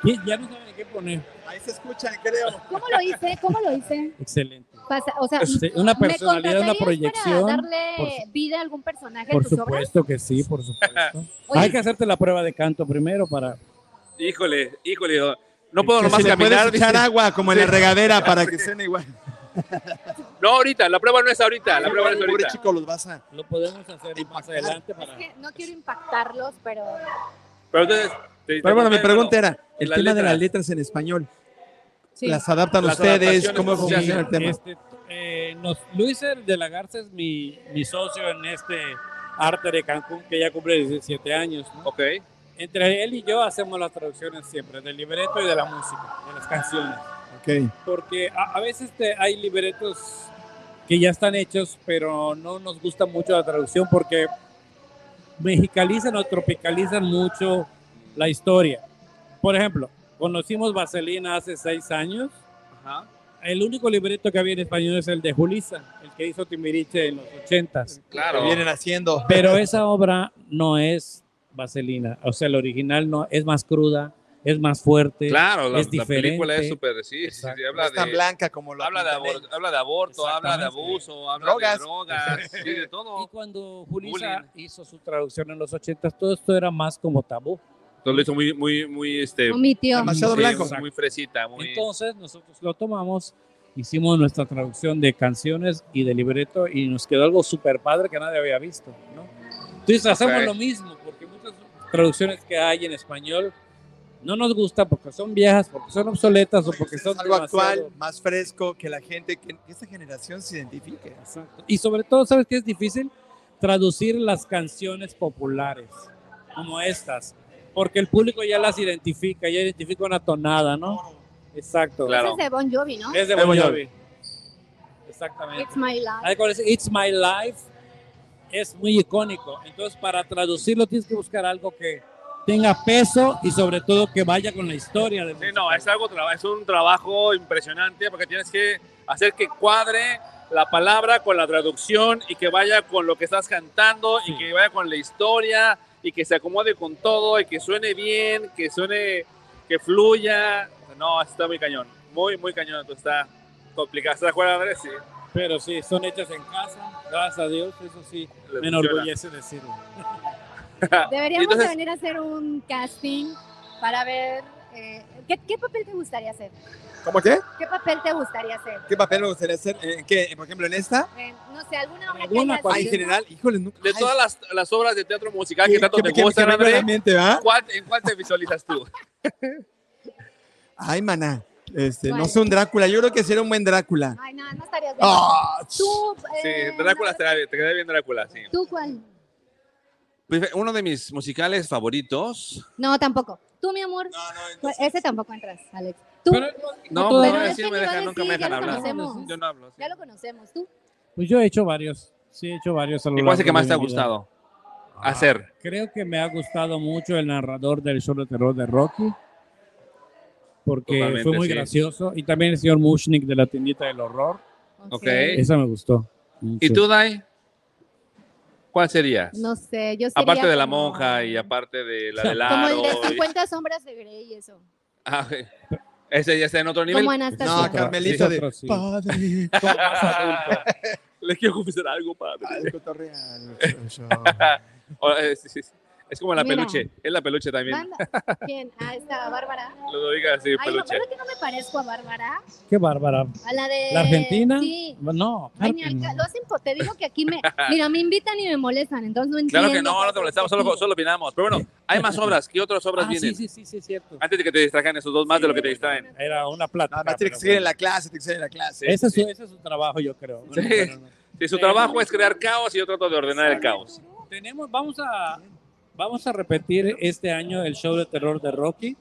Speaker 5: Ya- Ya no saben qué poner.
Speaker 3: Ahí se escuchan, creo.
Speaker 2: ¿Cómo lo hice? ¿Cómo lo hice?
Speaker 5: Excelente.
Speaker 2: Pasa, o sea,
Speaker 5: Sí, Este, Una
Speaker 2: ¿me
Speaker 5: personalidad, una
Speaker 2: contratarías
Speaker 5: proyección.
Speaker 2: para darle
Speaker 5: Por su-
Speaker 2: vida a algún personaje
Speaker 5: Por
Speaker 2: en tus obras?
Speaker 5: supuesto que sí, por supuesto.
Speaker 2: [laughs] Oye,
Speaker 5: Hay que hacerte la prueba de canto primero para
Speaker 1: Híjole, híjole. No puedo
Speaker 3: Que
Speaker 1: nomás
Speaker 3: si le
Speaker 1: caminar.
Speaker 3: puedes echar
Speaker 1: dice.
Speaker 3: agua como en la
Speaker 1: Sí.
Speaker 3: regadera para que sean igual.
Speaker 1: No, ahorita, la prueba no es ahorita, la
Speaker 2: Ay,
Speaker 1: prueba no es
Speaker 2: pobre
Speaker 3: Pobre
Speaker 1: ahorita.
Speaker 3: chico, los vas a...
Speaker 5: lo podemos hacer más adelante
Speaker 2: es
Speaker 5: para
Speaker 2: que no quiero impactarlos, pero
Speaker 1: Pero entonces... te-
Speaker 3: Pero bueno, mi pregunta era, el
Speaker 1: Las
Speaker 3: tema de las
Speaker 1: letras.
Speaker 3: letras en español.
Speaker 2: sí.
Speaker 3: Las adaptan
Speaker 1: Las
Speaker 3: ustedes,
Speaker 1: adaptaciones,
Speaker 3: cómo
Speaker 1: ¿cómo se
Speaker 3: funciona
Speaker 1: hacen?
Speaker 3: el tema.
Speaker 5: Este, eh, nos- Luis de la Garza es mi, mi socio en este arte de Cancún que ya cumple 17 años. ¿no?
Speaker 1: Ok.
Speaker 5: Entre él y yo hacemos las traducciones siempre, del libreto y de la música, de las canciones.
Speaker 3: Ok.
Speaker 5: Porque a, a veces te- hay libretos que ya están hechos, pero no nos gusta mucho la traducción porque mexicalizan o tropicalizan mucho la historia. Por ejemplo, conocimos Vaselina hace seis años
Speaker 1: Ajá.
Speaker 5: el único libreto que había en español es el de Julisa, el que hizo Timbiriche en los ochentas.
Speaker 1: Claro.
Speaker 3: que vienen haciendo. [laughs]
Speaker 5: Pero esa obra no es vaselina, o sea, el original no es más cruda, es más fuerte.
Speaker 1: Claro, la,
Speaker 5: es
Speaker 1: la película es
Speaker 5: diferente.
Speaker 1: súper, sí, sí, sí,
Speaker 5: Exacto.
Speaker 1: habla
Speaker 3: no es tan
Speaker 1: de,
Speaker 3: blanca como la
Speaker 1: habla, de
Speaker 3: pintan
Speaker 1: abor- habla de aborto, habla de
Speaker 5: Exactamente.
Speaker 1: abuso, habla de
Speaker 3: Drogas.
Speaker 1: drogas, sí, de
Speaker 5: Y
Speaker 1: todo.
Speaker 5: cuando Julisa
Speaker 1: Bullying.
Speaker 5: hizo su traducción en los ochentas, todo esto era más como tabú.
Speaker 1: Entonces lo hizo muy, muy, muy, este,
Speaker 2: omitió.
Speaker 3: Demasiado
Speaker 1: sí,
Speaker 3: blanco.
Speaker 1: muy fresita, muy...
Speaker 5: Entonces nosotros lo tomamos, hicimos nuestra traducción de canciones y de libreto y nos quedó algo súper padre que nadie había visto. ¿no? Entonces hacemos
Speaker 1: Ok.
Speaker 5: lo mismo, porque muchas traducciones que hay en español no nos gustan porque son viejas, porque son obsoletas o porque
Speaker 3: Es
Speaker 5: son
Speaker 3: algo actual,
Speaker 5: demasiado-
Speaker 3: más fresco, que la gente, que que esta generación se identifique.
Speaker 5: Exacto. Y sobre todo, ¿sabes qué es difícil? Traducir las canciones populares como estas, porque el público ya las identifica, ya identifica una tonada, ¿no? Exacto.
Speaker 1: Claro.
Speaker 2: Ese es de Bon Jovi, ¿no?
Speaker 5: Es de
Speaker 3: Bon
Speaker 5: Bon
Speaker 3: Jovi.
Speaker 5: Jovi. Exactamente.
Speaker 2: It's my life.
Speaker 5: Ahí con ese It's My Life es muy icónico. Entonces, para traducirlo, tienes que buscar algo que tenga peso y, sobre todo, que vaya con la historia. del
Speaker 1: Sí, no,
Speaker 5: musical.
Speaker 1: es, algo, traba- es un trabajo impresionante porque tienes que hacer que cuadre la palabra con la traducción y que vaya con lo que estás cantando y
Speaker 5: Sí.
Speaker 1: que vaya con la historia y que se acomode con todo y que suene bien, que suene, que fluya. No, está muy cañón, muy, muy cañón, entonces está complicado. ¿Estás de acuerdo, Andrés? Sí.
Speaker 5: Pero sí, son hechas en casa, gracias a Dios, eso sí,
Speaker 1: les
Speaker 5: me
Speaker 1: funciona.
Speaker 5: enorgullece decirlo.
Speaker 1: [laughs]
Speaker 2: Deberíamos
Speaker 1: Entonces-
Speaker 2: de venir a hacer un casting para ver eh, ¿qué, qué papel te gustaría hacer?
Speaker 3: ¿Cómo qué?
Speaker 2: ¿Qué papel te gustaría hacer?
Speaker 3: ¿Qué papel me gustaría hacer? ¿En qué? Por ejemplo, en esta.
Speaker 2: Eh, no sé, alguna obra que hayas
Speaker 5: Alguna,
Speaker 3: Ah, en
Speaker 5: cualquier-
Speaker 2: visto?
Speaker 3: general, híjole, nunca.
Speaker 1: De
Speaker 3: ay,
Speaker 1: todas las, las obras de teatro musical
Speaker 3: qué-
Speaker 1: que tanto
Speaker 3: qué-
Speaker 1: te
Speaker 3: qué- qué
Speaker 1: gustan,
Speaker 3: brillo
Speaker 1: André,
Speaker 3: el ambiente, ¿va?
Speaker 1: ¿cuál- ¿en cuál te visualizas tú?
Speaker 3: Ay, maná. Este, no
Speaker 2: ¿Cuál?
Speaker 3: sé, un Drácula. Yo creo que sería un buen Drácula.
Speaker 2: Ay, no, no estarías bien.
Speaker 3: Ah,
Speaker 2: Tú,
Speaker 1: Sí,
Speaker 2: eh,
Speaker 1: Drácula, te queda- te queda bien Drácula, sí.
Speaker 2: ¿Tú cuál?
Speaker 1: Pues, Uno de mis musicales favoritos.
Speaker 2: No, tampoco. Tú, mi amor.
Speaker 1: Pues,
Speaker 2: Pues, Ese tampoco entras, Alex. Tú,
Speaker 5: Pero-
Speaker 1: No,
Speaker 5: Pero
Speaker 1: pues,
Speaker 5: es
Speaker 1: no,
Speaker 5: que
Speaker 1: sí
Speaker 2: te
Speaker 1: me
Speaker 2: iba a
Speaker 1: dejan, nunca
Speaker 2: decir,
Speaker 1: me
Speaker 2: ya
Speaker 1: dejan
Speaker 2: lo
Speaker 1: hablar.
Speaker 2: conocemos.
Speaker 1: Yo no hablo. sí.
Speaker 2: ya lo conocemos, tú.
Speaker 5: Pues yo he hecho varios. Sí, he hecho varios. a lo
Speaker 1: ¿Y cuál es el
Speaker 5: largo
Speaker 1: que más
Speaker 5: de
Speaker 1: te ha
Speaker 5: mi vida. Ah,
Speaker 1: gustado hacer?
Speaker 5: Creo que me ha gustado mucho el narrador del show de terror de Rocky. Porque
Speaker 1: Totalmente,
Speaker 5: fue muy
Speaker 1: sí.
Speaker 5: gracioso. Y también el señor Mushnik de la tiendita del horror.
Speaker 1: Ok.
Speaker 5: Esa me gustó.
Speaker 1: ¿Y tú, Dai? ¿Cuál serías?
Speaker 2: No sé, yo sería
Speaker 1: aparte de la
Speaker 2: como-
Speaker 1: monja y aparte de la
Speaker 5: Como
Speaker 1: del
Speaker 2: Como el
Speaker 1: aro.
Speaker 2: de
Speaker 1: y-
Speaker 2: 50 sombras de Grey y eso.
Speaker 1: Ah, ok. Ese ya está en otro nivel.
Speaker 2: Como
Speaker 3: No,
Speaker 2: Anastasia.
Speaker 5: Otra-
Speaker 3: Carmelita
Speaker 5: sí,
Speaker 3: de
Speaker 5: otro sí.
Speaker 3: padre.
Speaker 1: [laughs] Les quiero confesar algo, padre.
Speaker 3: Ay, cotorreal.
Speaker 1: O, eh, sí, sí, sí. Es como la
Speaker 2: Mira.
Speaker 1: peluche. Es la peluche también.
Speaker 2: Manda. ¿Quién? Ah, esta, Bárbara.
Speaker 1: Lo diga así,
Speaker 2: Ay, no,
Speaker 1: peluche.
Speaker 2: ¿verdad que no me parezco a Bárbara?
Speaker 5: Qué bárbara.
Speaker 2: A la de...
Speaker 5: ¿La Argentina?
Speaker 2: Eh, Sí.
Speaker 5: No,
Speaker 2: Ay,
Speaker 5: claro
Speaker 2: ni
Speaker 5: que
Speaker 2: al
Speaker 5: no.
Speaker 2: ca- lo hacen por- te digo que aquí me... Mira, me invitan y me molestan, entonces no
Speaker 1: [laughs]
Speaker 2: entiendo.
Speaker 1: Claro que no, no te molestamos, solo, solo opinamos. Pero bueno, hay más obras. ¿Qué otras obras
Speaker 5: Ah,
Speaker 1: vienen?
Speaker 5: sí, sí, sí, sí, es cierto.
Speaker 1: Antes de que te distraigan esos dos más de lo que te distraen.
Speaker 5: Era una
Speaker 1: [laughs]
Speaker 5: plata.
Speaker 3: Nada más tiene que seguir en la clase, tiene que seguir en la clase.
Speaker 5: ese, es su, ese es su trabajo, yo creo.
Speaker 1: Sí.
Speaker 5: Bueno, bueno,
Speaker 1: Si su trabajo es crear caos y yo trato de ordenar el caos.
Speaker 5: no. Tenemos, vamos a, vamos a repetir este año el show de terror de Rocky.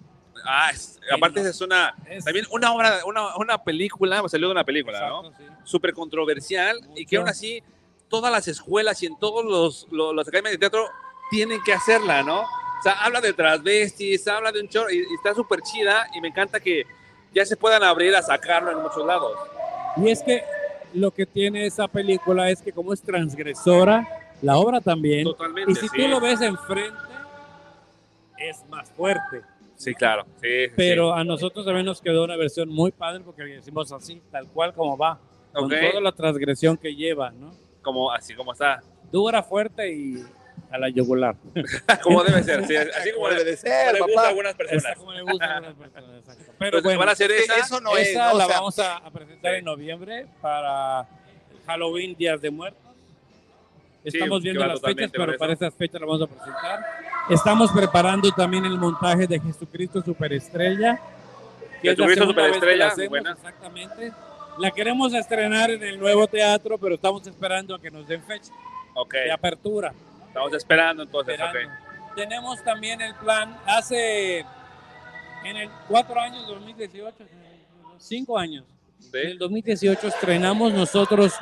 Speaker 1: Ah, es- aparte
Speaker 5: no.
Speaker 1: es una...
Speaker 5: Es-
Speaker 1: También una obra, una, una película, pues, salió de una película, ¿no?
Speaker 5: Exacto, sí.
Speaker 1: súper controversial y que
Speaker 5: Mucho.
Speaker 1: aún así todas las escuelas y en todos los, lo- las academias de teatro tienen que hacerla, ¿no? O sea, habla de transvestis, habla de un chorro y, y está súper chida y me encanta que ya se puedan abrir a sacarlo en muchos lados.
Speaker 5: Y es que lo que tiene esa película es que como es transgresora, la obra también.
Speaker 1: Totalmente.
Speaker 5: Y si
Speaker 1: sí.
Speaker 5: tú lo ves enfrente, es más fuerte.
Speaker 1: Sí, claro. Sí, sí,
Speaker 5: Pero a nosotros también nos quedó una versión muy padre porque le decimos así, tal cual como va,
Speaker 1: sí.
Speaker 5: con
Speaker 1: Ok,
Speaker 5: toda la transgresión que lleva, ¿no?
Speaker 1: como, así como está. [laughs]
Speaker 5: Dura, fuerte y a la yugular.
Speaker 1: como debe ser. sí, así como
Speaker 3: Como
Speaker 1: le, como
Speaker 3: debe de ser,
Speaker 1: le gusta a
Speaker 3: papá.
Speaker 1: algunas personas.
Speaker 5: Como le gusta a las personas, exacto. Pero
Speaker 1: Entonces, van a
Speaker 5: bueno,
Speaker 1: hacer
Speaker 3: Es que
Speaker 1: esa.
Speaker 3: Eso no es,
Speaker 5: esa
Speaker 3: ¿no? O
Speaker 5: la
Speaker 3: sea,
Speaker 5: vamos a, a presentar en noviembre para Halloween, Días de Muertos.
Speaker 1: Sí,
Speaker 5: Estamos
Speaker 1: que
Speaker 5: viendo
Speaker 1: va
Speaker 5: las fechas,
Speaker 1: totalmente con
Speaker 5: pero
Speaker 1: eso.
Speaker 5: para esas fechas la vamos a presentar. Estamos preparando también el montaje de Jesucristo Superestrella. que es la
Speaker 1: Jesucristo
Speaker 5: segunda vez que
Speaker 1: Superestrella,
Speaker 5: la hacemos,
Speaker 1: buena.
Speaker 5: Exactamente. La queremos estrenar en el nuevo teatro, pero estamos esperando a que nos den fecha
Speaker 1: Ok,
Speaker 5: de apertura
Speaker 1: estamos esperando entonces. ok.
Speaker 5: esperando. Tenemos también el plan hace en el cuatro años 2018, cinco años.
Speaker 1: Sí.
Speaker 5: En el 2018 estrenamos nosotros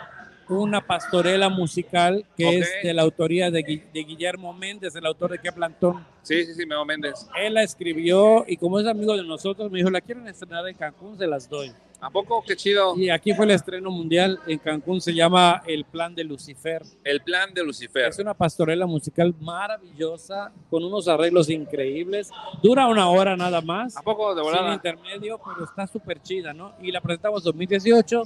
Speaker 5: una pastorela musical que
Speaker 1: Ok.
Speaker 5: es de la autoría de, Gui- de Guillermo Méndez, el autor de Qué Plantón.
Speaker 1: Sí, sí, sí, Memo Méndez.
Speaker 5: Él la escribió y como es amigo de nosotros me dijo, la quieren estrenar en Cancún, se las doy.
Speaker 1: ¿A poco? Qué chido.
Speaker 5: Y aquí fue el estreno mundial en Cancún, se llama El Plan de Lucifer.
Speaker 1: El plan de Lucifer.
Speaker 5: Es una pastorela musical maravillosa, con unos arreglos increíbles. Dura una hora nada más,
Speaker 1: ¿A poco de
Speaker 5: sin
Speaker 1: volada?
Speaker 5: intermedio, pero está súper chida, ¿no? Y la presentamos 2018,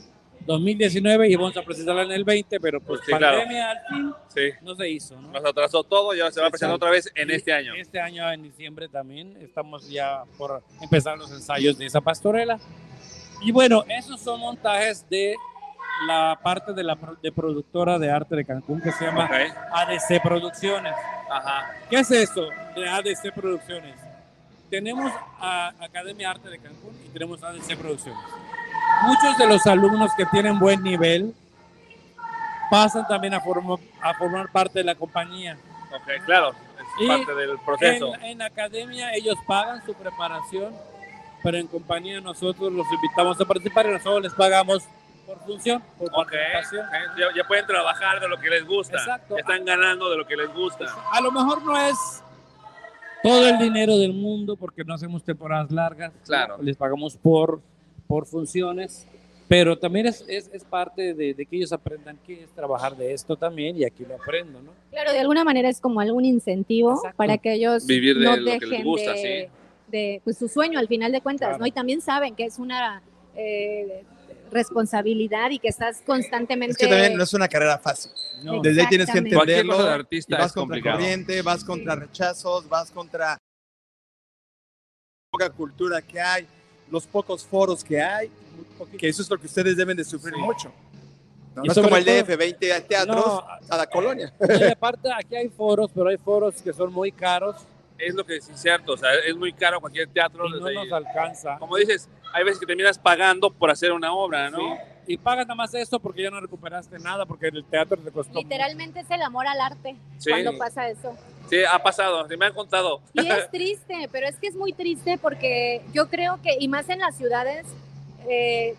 Speaker 5: 2019 y vamos a presentarla en el 20, pero pues
Speaker 1: Sí, claro.
Speaker 5: pandemia al fin
Speaker 1: Sí.
Speaker 5: no se hizo, ¿no?
Speaker 1: Nos atrasó todo y ahora se va a presentar otra vez en
Speaker 5: Y
Speaker 1: este año.
Speaker 5: Este año en diciembre también estamos ya por empezar los ensayos de esa pastorela. Y bueno, esos son montajes de la parte de la pro- de productora de arte de Cancún que se llama
Speaker 1: Ok,
Speaker 5: ADC Producciones.
Speaker 1: Ajá.
Speaker 5: ¿Qué es eso de ADC Producciones? Tenemos a Academia Arte de Cancún y tenemos ADC Producciones. Muchos de los alumnos que tienen buen nivel pasan también a, formo- a formar parte de la compañía.
Speaker 1: Ok, claro. Es
Speaker 5: Y
Speaker 1: parte del
Speaker 5: En,
Speaker 1: proceso.
Speaker 5: en academia ellos pagan su preparación, pero en compañía nosotros los invitamos a participar y nosotros les pagamos por función, por
Speaker 1: Ok.
Speaker 5: participación.
Speaker 1: ok. Ya, ya pueden trabajar de lo que les gusta.
Speaker 5: Exacto.
Speaker 1: Ya están ganando de lo que les gusta.
Speaker 5: A lo mejor no es todo el dinero del mundo porque no hacemos temporadas largas.
Speaker 1: Claro.
Speaker 5: Les pagamos por, por funciones. Pero también es, es, es parte de, de que ellos aprendan qué es trabajar de esto también y aquí lo aprendo, ¿no?
Speaker 2: Claro, de alguna manera es como algún incentivo
Speaker 5: Exacto.
Speaker 2: para que ellos
Speaker 1: Vivir de
Speaker 2: no
Speaker 1: lo que les
Speaker 2: dejen
Speaker 1: gusta,
Speaker 2: de, de, pues, su sueño al final de cuentas,
Speaker 5: Claro.
Speaker 2: ¿no? Y también saben que es una eh, responsabilidad y que estás constantemente...
Speaker 3: Es que también no es una carrera fácil.
Speaker 5: No.
Speaker 3: Desde ahí tienes que
Speaker 2: Exactamente.
Speaker 1: Cualquier cosa de
Speaker 3: entenderlo. Y
Speaker 1: artista
Speaker 3: vas
Speaker 1: es
Speaker 3: contra
Speaker 1: complicado.
Speaker 3: corriente, vas contra rechazos, vas contra poca cultura que hay, los pocos foros que hay, que eso es lo que ustedes deben de sufrir mucho. No,
Speaker 5: Y
Speaker 3: No es
Speaker 5: sobre
Speaker 3: como el
Speaker 5: todo-
Speaker 3: DF, 20 teatros
Speaker 5: No, eh,
Speaker 3: a la colonia.
Speaker 5: y aparte, aquí hay foros, pero hay foros que son muy caros
Speaker 1: Es lo que sí es cierto, o sea, es muy caro cualquier
Speaker 5: y
Speaker 1: teatro.
Speaker 5: no
Speaker 1: desde ahí.
Speaker 5: nos alcanza.
Speaker 1: Como dices, hay veces que terminas pagando por hacer una obra, ¿no?
Speaker 5: Sí. Y pagas nada más eso porque ya no recuperaste nada, porque el teatro te costó.
Speaker 2: Literalmente es el amor al arte
Speaker 1: Sí,
Speaker 2: cuando pasa eso.
Speaker 1: sí, ha pasado, se me han contado.
Speaker 2: Y es triste, pero es que es muy triste porque yo creo que, y más en las ciudades, eh,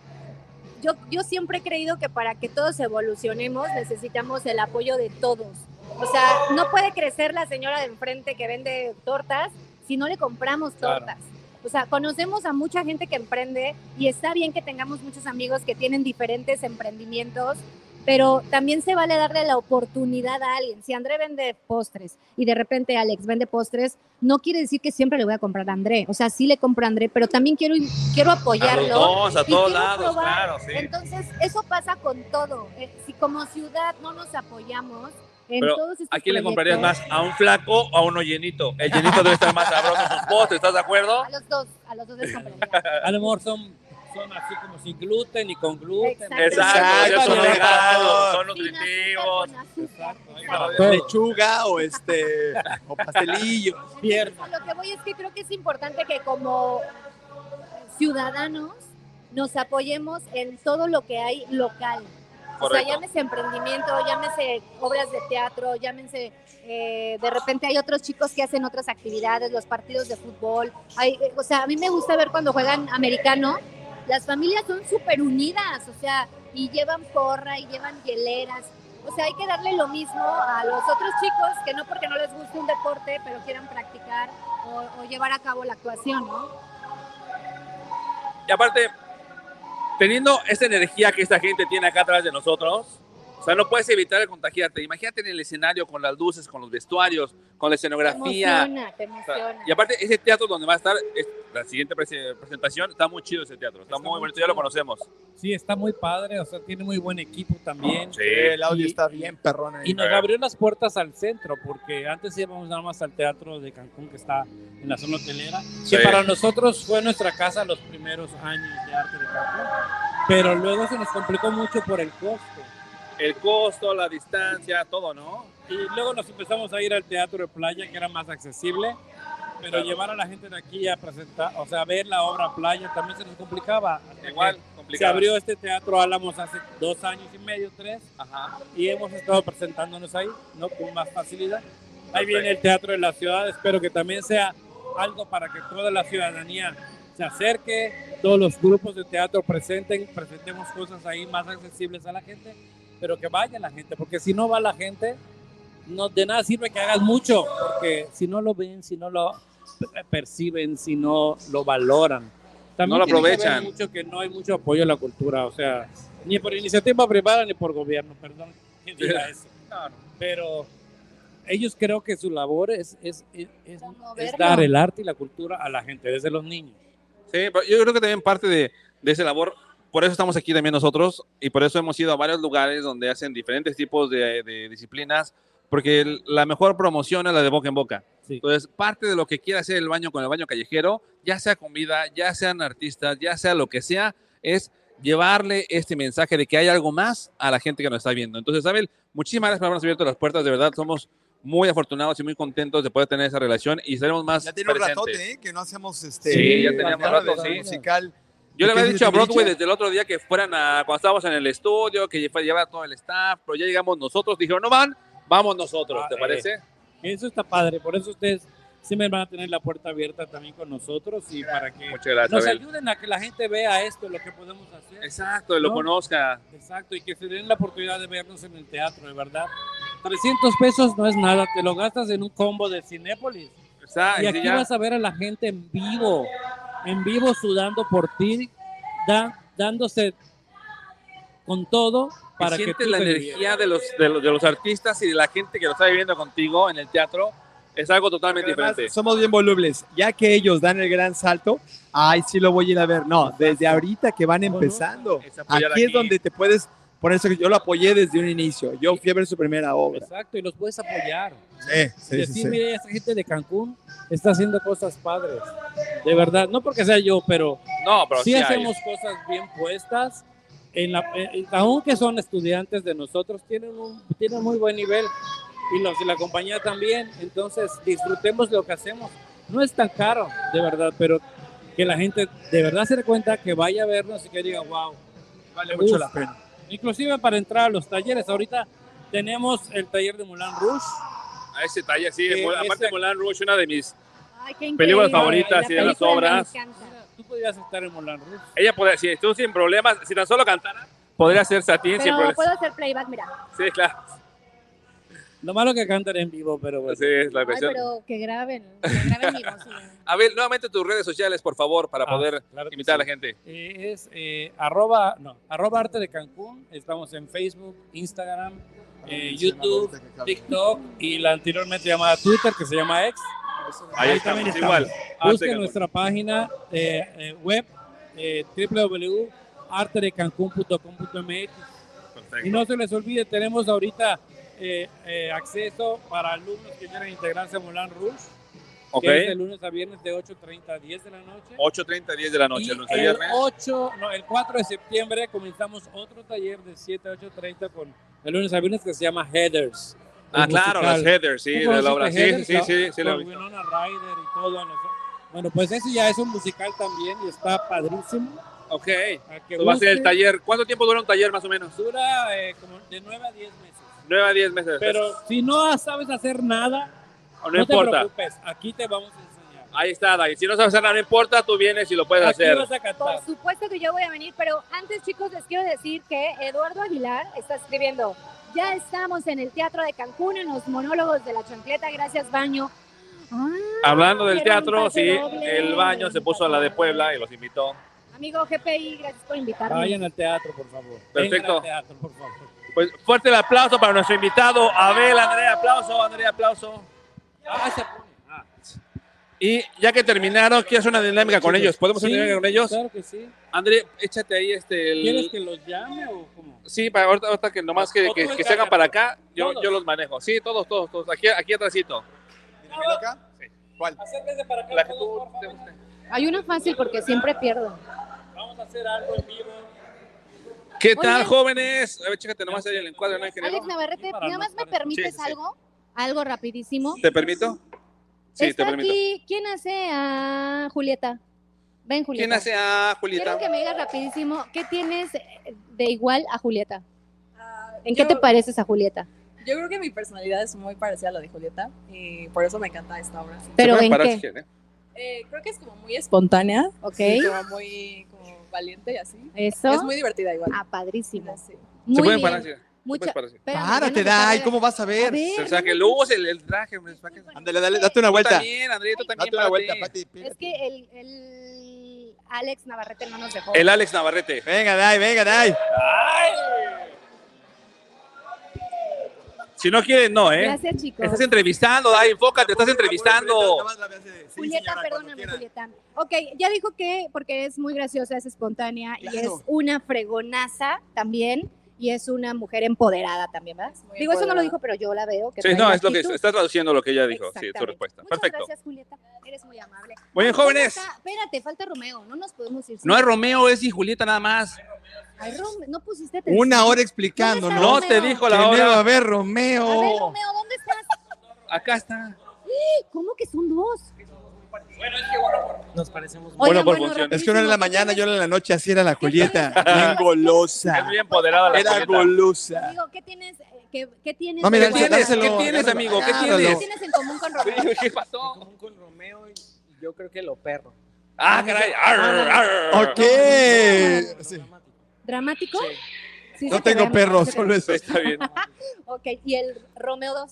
Speaker 2: yo, yo siempre he creído que para que todos evolucionemos necesitamos el apoyo de todos. O sea, no puede crecer la señora de enfrente que vende tortas si no le compramos
Speaker 5: Claro.
Speaker 2: tortas. O sea, conocemos a mucha gente que emprende y está bien que tengamos muchos amigos que tienen diferentes emprendimientos, pero también se vale darle la oportunidad a alguien. Si André vende postres y de repente Alex vende postres, no quiere decir que siempre le voy a comprar a André. O sea, sí le compro a André, pero también quiero, quiero
Speaker 1: A los
Speaker 2: apoyarlo.
Speaker 1: dos, a
Speaker 2: y
Speaker 1: todos
Speaker 2: quiero
Speaker 1: lados,
Speaker 2: probar.
Speaker 1: claro, sí.
Speaker 2: Entonces, eso pasa con todo. Eh, si como ciudad no nos apoyamos, en
Speaker 1: Pero,
Speaker 2: todos estos
Speaker 1: ¿A quién le comprarías
Speaker 2: proyectos-
Speaker 1: más? ¿A un flaco o a uno llenito? El llenito debe estar más sabroso en sus postres, ¿estás de acuerdo?
Speaker 2: A los dos, a los
Speaker 1: [laughs]
Speaker 2: dos les compraría.
Speaker 5: A lo mejor son, son así como sin gluten y con gluten.
Speaker 2: Exacto.
Speaker 1: Exacto, ya son
Speaker 3: Exacto.
Speaker 1: veganos, son
Speaker 2: Sin azúcar,
Speaker 1: nutritivos.
Speaker 2: con azúcar,
Speaker 1: Exacto.
Speaker 2: exacto.
Speaker 5: Todo.
Speaker 3: Lechuga o este o pastelillo.
Speaker 5: Pierna.
Speaker 2: A lo que voy es que creo que es importante que como ciudadanos nos apoyemos en todo lo que hay local. O sea,
Speaker 1: Correcto.
Speaker 2: llámese emprendimiento, llámese obras de teatro, llámense, eh, de repente hay otros chicos que hacen otras actividades, los partidos de fútbol. Hay, eh, o sea, a mí me gusta ver cuando juegan americano, las familias son súper unidas, o sea, y llevan porra y llevan hieleras. O sea, hay que darle lo mismo a los otros chicos que no porque no les guste un deporte, pero quieran practicar o, o llevar a cabo la actuación, ¿no?
Speaker 1: Y aparte, teniendo esa energía que esta gente tiene acá atrás de nosotros, o sea, no puedes evitar el contagiarte. Imagínate en el escenario con las luces, con los vestuarios, con la
Speaker 2: Te
Speaker 1: escenografía.
Speaker 2: emociona, te
Speaker 1: O sea,
Speaker 2: emociona.
Speaker 1: y aparte, ese teatro donde va a estar es- la siguiente prese- presentación, está muy chido ese teatro, está,
Speaker 5: Está
Speaker 1: muy
Speaker 5: muy
Speaker 1: bonito, ya lo
Speaker 5: chido.
Speaker 1: conocemos.
Speaker 5: Sí, está muy padre, o sea, tiene muy buen equipo también.
Speaker 3: Eh, El audio
Speaker 5: Y-
Speaker 3: está bien perrón ahí.
Speaker 5: Y nos abrió las puertas al centro, porque antes íbamos nada más al teatro de Cancún, que está en la zona hotelera,
Speaker 1: Sí.
Speaker 5: que para nosotros fue nuestra casa los primeros años de arte de Cancún, pero luego se nos complicó mucho por el costo.
Speaker 1: El costo, la distancia, todo, ¿no?
Speaker 5: Y luego nos empezamos a ir al teatro de playa, que era más accesible, pero
Speaker 1: Claro.
Speaker 5: llevar a la gente de aquí a presentar, o sea, a ver la obra playa también se nos complicaba. hasta que
Speaker 1: Igual,
Speaker 5: Se
Speaker 1: complicado.
Speaker 5: abrió este teatro Álamos hace dos años y medio, tres,
Speaker 1: Ajá.
Speaker 5: y hemos estado presentándonos ahí, ¿no? Con más facilidad. Ahí
Speaker 1: Perfecto.
Speaker 5: viene el Teatro de la Ciudad, espero que también sea algo para que toda la ciudadanía se acerque, todos los grupos de teatro presenten, presentemos cosas ahí más accesibles a la gente, pero que vaya la gente, porque si no va la gente, no de nada sirve que hagas mucho, porque si no lo ven, si no lo per- perciben, si no lo valoran.
Speaker 1: No lo
Speaker 5: tiene que ver
Speaker 1: aprovechan.
Speaker 5: Mucho que no hay mucho apoyo a la cultura, o sea, ni por iniciativa privada ni por gobierno, perdón
Speaker 1: [laughs]
Speaker 5: que diga eso. Pero ellos creo que su labor es, es, es, es-
Speaker 2: Promoverlo.
Speaker 5: es dar eh, el arte y la cultura a la gente, desde los niños.
Speaker 1: Sí, pero yo creo que también parte de, de esa labor, por eso estamos aquí también nosotros y por eso hemos ido a varios lugares donde hacen diferentes tipos de, de disciplinas, porque el- la mejor promoción es la de boca en boca.
Speaker 5: Sí.
Speaker 1: Entonces, parte de lo que quiera hacer el baño con el baño callejero, ya sea comida, ya sean artistas, ya sea lo que sea, es llevarle este mensaje de que hay algo más a la gente que nos está viendo. Entonces, Abel, muchísimas gracias por habernos abierto las puertas, de verdad, somos muy afortunados y muy contentos de poder tener esa relación y estaremos más
Speaker 3: Ya tiene un
Speaker 1: presentes.
Speaker 3: ratote, ¿eh? Que no hacemos este.
Speaker 1: Sí, ya teníamos
Speaker 3: programa de
Speaker 1: rato, sí.
Speaker 3: Musical.
Speaker 1: Yo le
Speaker 3: ¿Y qué
Speaker 1: había
Speaker 3: es
Speaker 1: dicho a
Speaker 3: lo que te he
Speaker 1: Broadway
Speaker 3: dicho?
Speaker 1: desde el otro día que fueran a, cuando estábamos en el estudio, que lle- llevara todo el staff, pero ya llegamos nosotros, dijeron, no van, vamos nosotros,
Speaker 5: Ah,
Speaker 1: ¿te
Speaker 5: eh.
Speaker 1: parece?
Speaker 5: Eso está padre, por eso ustedes siempre van a tener la puerta abierta también con nosotros y para que
Speaker 1: Muchas gracias,
Speaker 5: nos
Speaker 1: Abel.
Speaker 5: ayuden a que la gente vea esto, lo que podemos hacer.
Speaker 1: Exacto, lo
Speaker 5: ¿No?
Speaker 1: conozca.
Speaker 5: Exacto, y que se den la oportunidad de vernos en el teatro, de verdad. 300 pesos no es nada, te lo gastas en un combo de Cinépolis.
Speaker 1: Exacto,
Speaker 5: Y
Speaker 1: sí,
Speaker 5: aquí
Speaker 1: Ah, ya.
Speaker 5: vas a ver a la gente en vivo, en vivo sudando por ti, da- dándose con todo para
Speaker 1: Y
Speaker 5: que
Speaker 1: sientes
Speaker 5: tú
Speaker 1: la
Speaker 5: te
Speaker 1: energía de los, de, los, de los artistas y de la gente que lo está viviendo contigo en el teatro, es algo totalmente
Speaker 3: Además,
Speaker 1: diferente.
Speaker 3: somos bien volubles. Ya que ellos dan el gran salto, ay, sí lo voy a ir a ver. No, desde ahorita que van empezando.
Speaker 1: Es apoyar
Speaker 3: Aquí es
Speaker 1: aquí.
Speaker 3: donde te puedes Por eso que yo lo apoyé desde un inicio. Yo fui a ver su primera obra.
Speaker 5: Exacto, y los puedes apoyar.
Speaker 3: Sí, sí,
Speaker 5: decir,
Speaker 3: sí, sí.
Speaker 5: mire, esa gente de Cancún está haciendo cosas padres. De verdad, no porque sea yo, pero
Speaker 1: No, pero
Speaker 5: sí
Speaker 1: sí hay.
Speaker 5: hacemos cosas bien puestas. En la, eh, aunque son estudiantes de nosotros, tienen un tienen muy buen nivel y los de la compañía también. Entonces, disfrutemos lo que hacemos. No es tan caro, de verdad, pero que la gente de verdad se dé cuenta que vaya a vernos y que diga, wow,
Speaker 3: Vale
Speaker 5: mucho
Speaker 3: mucho
Speaker 5: la
Speaker 3: la pena.
Speaker 5: Inclusive para entrar a los talleres, ahorita tenemos el taller de Mulan Rouge.
Speaker 1: A ese talle, sí.
Speaker 5: Eh,
Speaker 1: Mol- aparte,
Speaker 5: esa-
Speaker 1: Moulin Rouge, una de mis.
Speaker 2: Ay, qué increíble.
Speaker 1: Películas
Speaker 5: favoritas,
Speaker 2: La
Speaker 5: sí, de las
Speaker 2: película me
Speaker 1: obras.
Speaker 2: encanta.
Speaker 5: Tú podrías estar en Mulan Rouge.
Speaker 1: Ella podría, si tú sin problemas, si tan solo cantara, podría ser Satín sin
Speaker 2: Pero
Speaker 1: problemas.
Speaker 2: puedo hacer playback, mira.
Speaker 1: Sí, claro.
Speaker 5: Lo malo que cantan en vivo, pero bueno.
Speaker 1: Sí, es la
Speaker 2: Ay,
Speaker 1: cuestión.
Speaker 2: pero que graben, que graben mi voz. sí.
Speaker 1: Abel, nuevamente tus redes sociales, por favor, para
Speaker 5: Ah,
Speaker 1: poder
Speaker 5: claro que
Speaker 1: invitar a
Speaker 5: sí.
Speaker 1: la gente.
Speaker 5: Eh, es eh, arroba, no, arroba arte de Cancún. Estamos en Facebook, Instagram, eh, YouTube, TikTok y la anteriormente llamada Twitter, que se llama X.
Speaker 1: Ahí,
Speaker 5: Ahí
Speaker 1: estamos,
Speaker 5: también
Speaker 1: igual. Ah, sí,
Speaker 5: Busquen
Speaker 1: Cancún.
Speaker 5: nuestra página eh, eh, web eh, www.artedecancun.com.mx
Speaker 1: Perfecto.
Speaker 5: Y no se les olvide, tenemos ahorita eh, eh, acceso para alumnos que quieran integrarse a Moulin Rouge,
Speaker 1: Ok.
Speaker 5: que es de lunes a viernes de 8.30 a 10 de la noche.
Speaker 1: 8.30, 10 de la noche,
Speaker 5: Y
Speaker 1: el lunes a
Speaker 5: el,
Speaker 1: viernes.
Speaker 5: 8, no, el 4 de septiembre comenzamos otro taller de 7 a 8.30 con el lunes a viernes que se llama Headers.
Speaker 1: Ah,
Speaker 5: el
Speaker 1: claro, las
Speaker 5: musical.
Speaker 1: headers, sí,
Speaker 5: ¿Tú
Speaker 1: de
Speaker 5: conociste
Speaker 1: la obra. Sí, sí,
Speaker 5: Heathers?
Speaker 1: sí, sí, sí,
Speaker 5: Con
Speaker 1: la he visto.
Speaker 5: Winona Ryder y todo. ¿no? Bueno, pues ese ya es un musical también y está padrísimo.
Speaker 1: Ok.
Speaker 5: A que
Speaker 1: Esto va a ser el
Speaker 5: busquen.
Speaker 1: taller. ¿Cuánto tiempo dura un taller más o menos?
Speaker 5: Dura eh, como de 9 a 10 meses.
Speaker 1: 9 a 10 meses.
Speaker 5: Pero si no sabes hacer nada,
Speaker 1: no,
Speaker 5: No, te
Speaker 1: importa.
Speaker 5: preocupes, aquí te vamos a enseñar.
Speaker 1: Ahí está, Dai. Si no sabes nada, no importa, tú vienes y lo puedes
Speaker 5: aquí
Speaker 1: hacer.
Speaker 5: vas a cantar.
Speaker 2: Por supuesto que yo voy a venir, pero antes, chicos, les quiero decir que Eduardo Aguilar está escribiendo. Ya estamos en el Teatro de Cancún, en los monólogos de la chancleta. Gracias, baño. Ah,
Speaker 1: Hablando del
Speaker 2: Quiero un
Speaker 1: teatro,
Speaker 2: pase
Speaker 1: sí,
Speaker 2: doble.
Speaker 1: el baño se puso a la de Puebla y los invitó.
Speaker 2: amigo GPI, gracias por invitarme.
Speaker 5: Vayan al teatro, por favor.
Speaker 1: Perfecto.
Speaker 5: Vengan al teatro, por favor.
Speaker 1: Pues fuerte el aplauso para nuestro invitado, Abel, Andrea, aplauso, Andrea, aplauso.
Speaker 5: Ah, se pone. Ah,
Speaker 1: Y ya que terminaron, ¿quieres una dinámica con
Speaker 5: chicos.
Speaker 1: ellos? ¿Podemos hacer
Speaker 5: Sí,
Speaker 1: una dinámica con ellos?
Speaker 5: Claro que sí.
Speaker 1: André, échate ahí este. el-
Speaker 5: ¿Quieres que los llame o cómo?
Speaker 1: Sí, para ahorita, ahorita que nomás que,
Speaker 5: O tú
Speaker 1: que- que se
Speaker 5: encárgate.
Speaker 1: hagan para acá, yo,
Speaker 5: Todos.
Speaker 1: yo los manejo. Sí, todos, todos, todos. Aquí, aquí atrásito.
Speaker 3: acá?
Speaker 1: Sí.
Speaker 3: ¿Cuál?
Speaker 5: Acérquense para acá.
Speaker 1: La que
Speaker 5: todos,
Speaker 1: tú
Speaker 5: por favor.
Speaker 1: te guste.
Speaker 2: Hay una fácil porque siempre pierdo.
Speaker 5: Vamos a hacer algo en vivo.
Speaker 1: ¿Qué
Speaker 2: Muy
Speaker 1: tal,
Speaker 2: bien.
Speaker 1: jóvenes? A ver, chécate nomás ahí el encuadre, ¿no, ingeniero?
Speaker 2: Alex Navarrete,
Speaker 5: Sí, para
Speaker 2: nada
Speaker 5: no
Speaker 2: más me
Speaker 5: estar en-
Speaker 2: permites
Speaker 1: Sí, sí, sí.
Speaker 2: algo, algo rapidísimo.
Speaker 1: ¿Te permito? Sí,
Speaker 2: Está
Speaker 1: te permito.
Speaker 2: aquí, ¿quién hace a Julieta? Ven, Julieta.
Speaker 1: ¿Quién hace a Julieta?
Speaker 2: Quiero que me digas rapidísimo, ¿qué tienes de igual a Julieta? ¿En qué te pareces a Julieta?
Speaker 6: Ah, Yo creo que mi personalidad es muy parecida a la de Julieta y por eso me encanta esta obra.
Speaker 2: Pero
Speaker 1: Puedes
Speaker 2: en
Speaker 1: parar si
Speaker 2: qué,
Speaker 1: quieres, ¿eh?
Speaker 6: Eh, creo que es como muy espontánea,
Speaker 2: ¿ok?
Speaker 6: sí, como muy como valiente y así.
Speaker 2: Eso.
Speaker 6: Es muy divertida igual.
Speaker 2: Ah, padrísimo.
Speaker 6: Sí.
Speaker 1: Se
Speaker 2: Muy
Speaker 1: pueden
Speaker 2: bien.
Speaker 1: parar si se
Speaker 2: Mucha-
Speaker 1: pueden parar si-
Speaker 2: espérame,
Speaker 3: Párate,
Speaker 2: yo no me
Speaker 3: Dai,
Speaker 2: paré.
Speaker 3: ¿cómo vas a
Speaker 2: A
Speaker 3: ver?
Speaker 2: ver.
Speaker 1: O sea, que luego se le- el traje. me saca-
Speaker 3: Ándale, dale, date una
Speaker 1: Tú
Speaker 3: vuelta.
Speaker 1: también, Andrea, tú también.
Speaker 3: Date
Speaker 1: párate.
Speaker 3: una vuelta, Pati.
Speaker 2: Es que el, el Alex Navarrete no nos dejó.
Speaker 1: El Alex Navarrete.
Speaker 3: Venga, Dai, venga, Dai.
Speaker 1: Si no quieres, no, ¿eh?
Speaker 2: Gracias, chicos.
Speaker 1: Estás entrevistando, Dai, enfócate, estás entrevistando.
Speaker 2: Julieta, perdóname, Julieta. Ok, ya dijo que porque es muy graciosa, es espontánea y es
Speaker 3: Claro.
Speaker 2: una fregonaza también y es una mujer empoderada también, ¿verdad?
Speaker 6: Es muy
Speaker 2: Digo, eso no lo
Speaker 6: empoderada.
Speaker 2: dijo, pero yo la veo. Que
Speaker 1: Sí,
Speaker 2: trae
Speaker 1: no,
Speaker 2: la
Speaker 1: es lo que
Speaker 2: actitud.
Speaker 1: está traduciendo lo que ella dijo, sí, tu
Speaker 2: Exactamente.
Speaker 1: respuesta.
Speaker 2: Muchas
Speaker 1: Perfecto.
Speaker 2: gracias, Julieta. Eres muy amable.
Speaker 1: Muy bien,
Speaker 2: Ay,
Speaker 1: jóvenes.
Speaker 2: falta- Espérate, falta Romeo. No nos podemos ir. sin-
Speaker 1: No es Romeo, es y Julieta nada más.
Speaker 2: Ay, Romeo, no pusiste atención.
Speaker 3: Una hora explicando,
Speaker 2: ¿Dónde
Speaker 1: No
Speaker 3: ¿no?
Speaker 2: está
Speaker 1: te
Speaker 2: Romeo.
Speaker 1: dijo
Speaker 3: Que
Speaker 1: la
Speaker 3: no iba
Speaker 1: hora.
Speaker 3: a ver,
Speaker 2: A ver,
Speaker 3: Romeo.
Speaker 2: Romeo, ¿dónde estás?
Speaker 1: Acá está.
Speaker 2: ¿Cómo que son dos?
Speaker 5: Nos parecemos muy
Speaker 1: Bueno, pues
Speaker 2: Oigan,
Speaker 1: por función.
Speaker 3: [laughs] Es que una en la
Speaker 2: rapidísimo,
Speaker 3: mañana, yo
Speaker 2: ¿qué
Speaker 3: en la noche, así era la Julieta.
Speaker 2: tienes?
Speaker 3: Bien
Speaker 1: [laughs] Es
Speaker 3: golosa.
Speaker 1: muy empoderada la
Speaker 3: Era
Speaker 1: Julieta.
Speaker 2: tienes?
Speaker 3: golosa.
Speaker 2: Digo, ¿qué tienes? eh, ¿Qué, qué tienes?
Speaker 3: No,
Speaker 1: ¿Qué
Speaker 3: mira,
Speaker 1: tienes?
Speaker 3: dáselo,
Speaker 1: ¿Qué tienes,
Speaker 3: dáselo.
Speaker 1: amigo? ¿Qué
Speaker 3: Agárralo.
Speaker 2: ¿Qué
Speaker 1: tienes?
Speaker 2: tienes en común con Romeo?
Speaker 1: ¿Qué pasó?
Speaker 7: con Romeo y yo creo que lo perro.
Speaker 1: Ah, caray. Arr, arr.
Speaker 3: Ok. Sí.
Speaker 2: ¿Dramático? Sí,
Speaker 3: No
Speaker 2: se te
Speaker 3: tengo
Speaker 2: ve,
Speaker 3: perro,
Speaker 2: se te ve.
Speaker 3: solo eso.
Speaker 1: Está bien.
Speaker 2: Ok, ¿y el Romeo 2?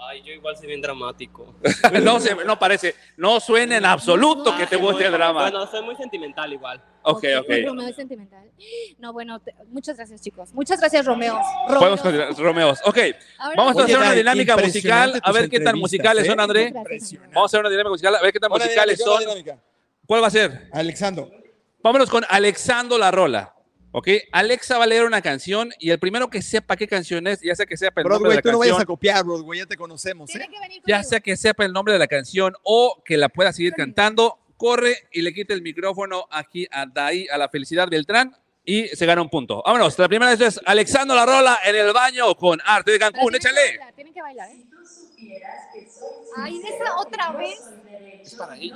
Speaker 7: Ay, yo igual soy bien dramático.
Speaker 1: No, se, no parece. No suena en absoluto que te
Speaker 7: Soy
Speaker 1: guste
Speaker 7: muy-
Speaker 1: el drama.
Speaker 7: Bueno, soy muy sentimental igual.
Speaker 1: Ok,
Speaker 2: El
Speaker 1: ok.
Speaker 2: Romeo es sentimental. No, bueno, te- muchas gracias, chicos. Muchas gracias, Romeo.
Speaker 1: Podemos continuar. Romeos. Ok,
Speaker 2: Ahora-
Speaker 1: vamos a
Speaker 3: Oye,
Speaker 1: hacer una
Speaker 3: Dai,
Speaker 1: dinámica musical.
Speaker 3: impresionante
Speaker 1: A ver
Speaker 3: tus
Speaker 1: qué tan
Speaker 3: entrevistas,
Speaker 1: musicales
Speaker 3: ¿eh?
Speaker 1: son, André.
Speaker 2: Muchas gracias, amigo.
Speaker 1: Vamos a hacer una dinámica musical. A ver qué tan musicales son. ¿Cuál va a ser?
Speaker 3: Alexandro.
Speaker 1: Vámonos con Alexandro La Rola. ¿Ok? ¿Ok? Alexa va a leer una canción y el primero que sepa qué canción es, ya sea que sepa el nombre de
Speaker 3: Broadway,
Speaker 1: la
Speaker 3: tú no vayas
Speaker 1: canción,
Speaker 3: a copiar, Broadway, ya te conocemos,
Speaker 2: Tiene
Speaker 3: ¿eh?
Speaker 2: que venir
Speaker 1: ya
Speaker 2: conmigo.
Speaker 1: sea que sepa el nombre de la canción o que la pueda seguir
Speaker 2: Sonido.
Speaker 1: cantando, corre y le quita el micrófono aquí a Daí, a la felicidad Beltrán y se gana un punto. Vámonos, la primera de ellas es Alexandro La Rola en el baño con Arte de
Speaker 2: Pero
Speaker 1: Cancún,
Speaker 2: tienen que
Speaker 1: échale.
Speaker 2: bailar, Tienen que bailar, ¿eh? Ay, de esa otra vez.
Speaker 1: Es para ahí.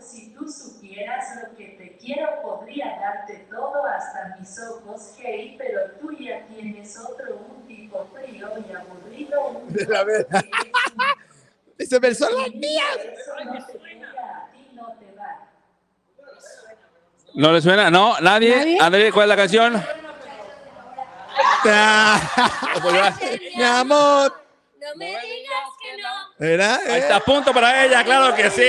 Speaker 8: Si tú supieras lo que te quiero, podría darte todo hasta mis ojos, hey, pero tú ya tienes otro, un tipo frío y aburrido. un
Speaker 3: De la [laughs] verdad. Dice, pero son
Speaker 1: [laughs]
Speaker 3: las mías.
Speaker 8: [laughs] Eso no te pega, a ti no te va.
Speaker 1: ¿No le suena? ¿No? ¿Nadie?
Speaker 2: ¿Nadie?
Speaker 1: ¿A nadie cuál es la canción?
Speaker 3: [laughs] Mi amor.
Speaker 2: No me digas que no.
Speaker 3: ¿Era?
Speaker 1: Ahí está, punto para ella, claro que sí.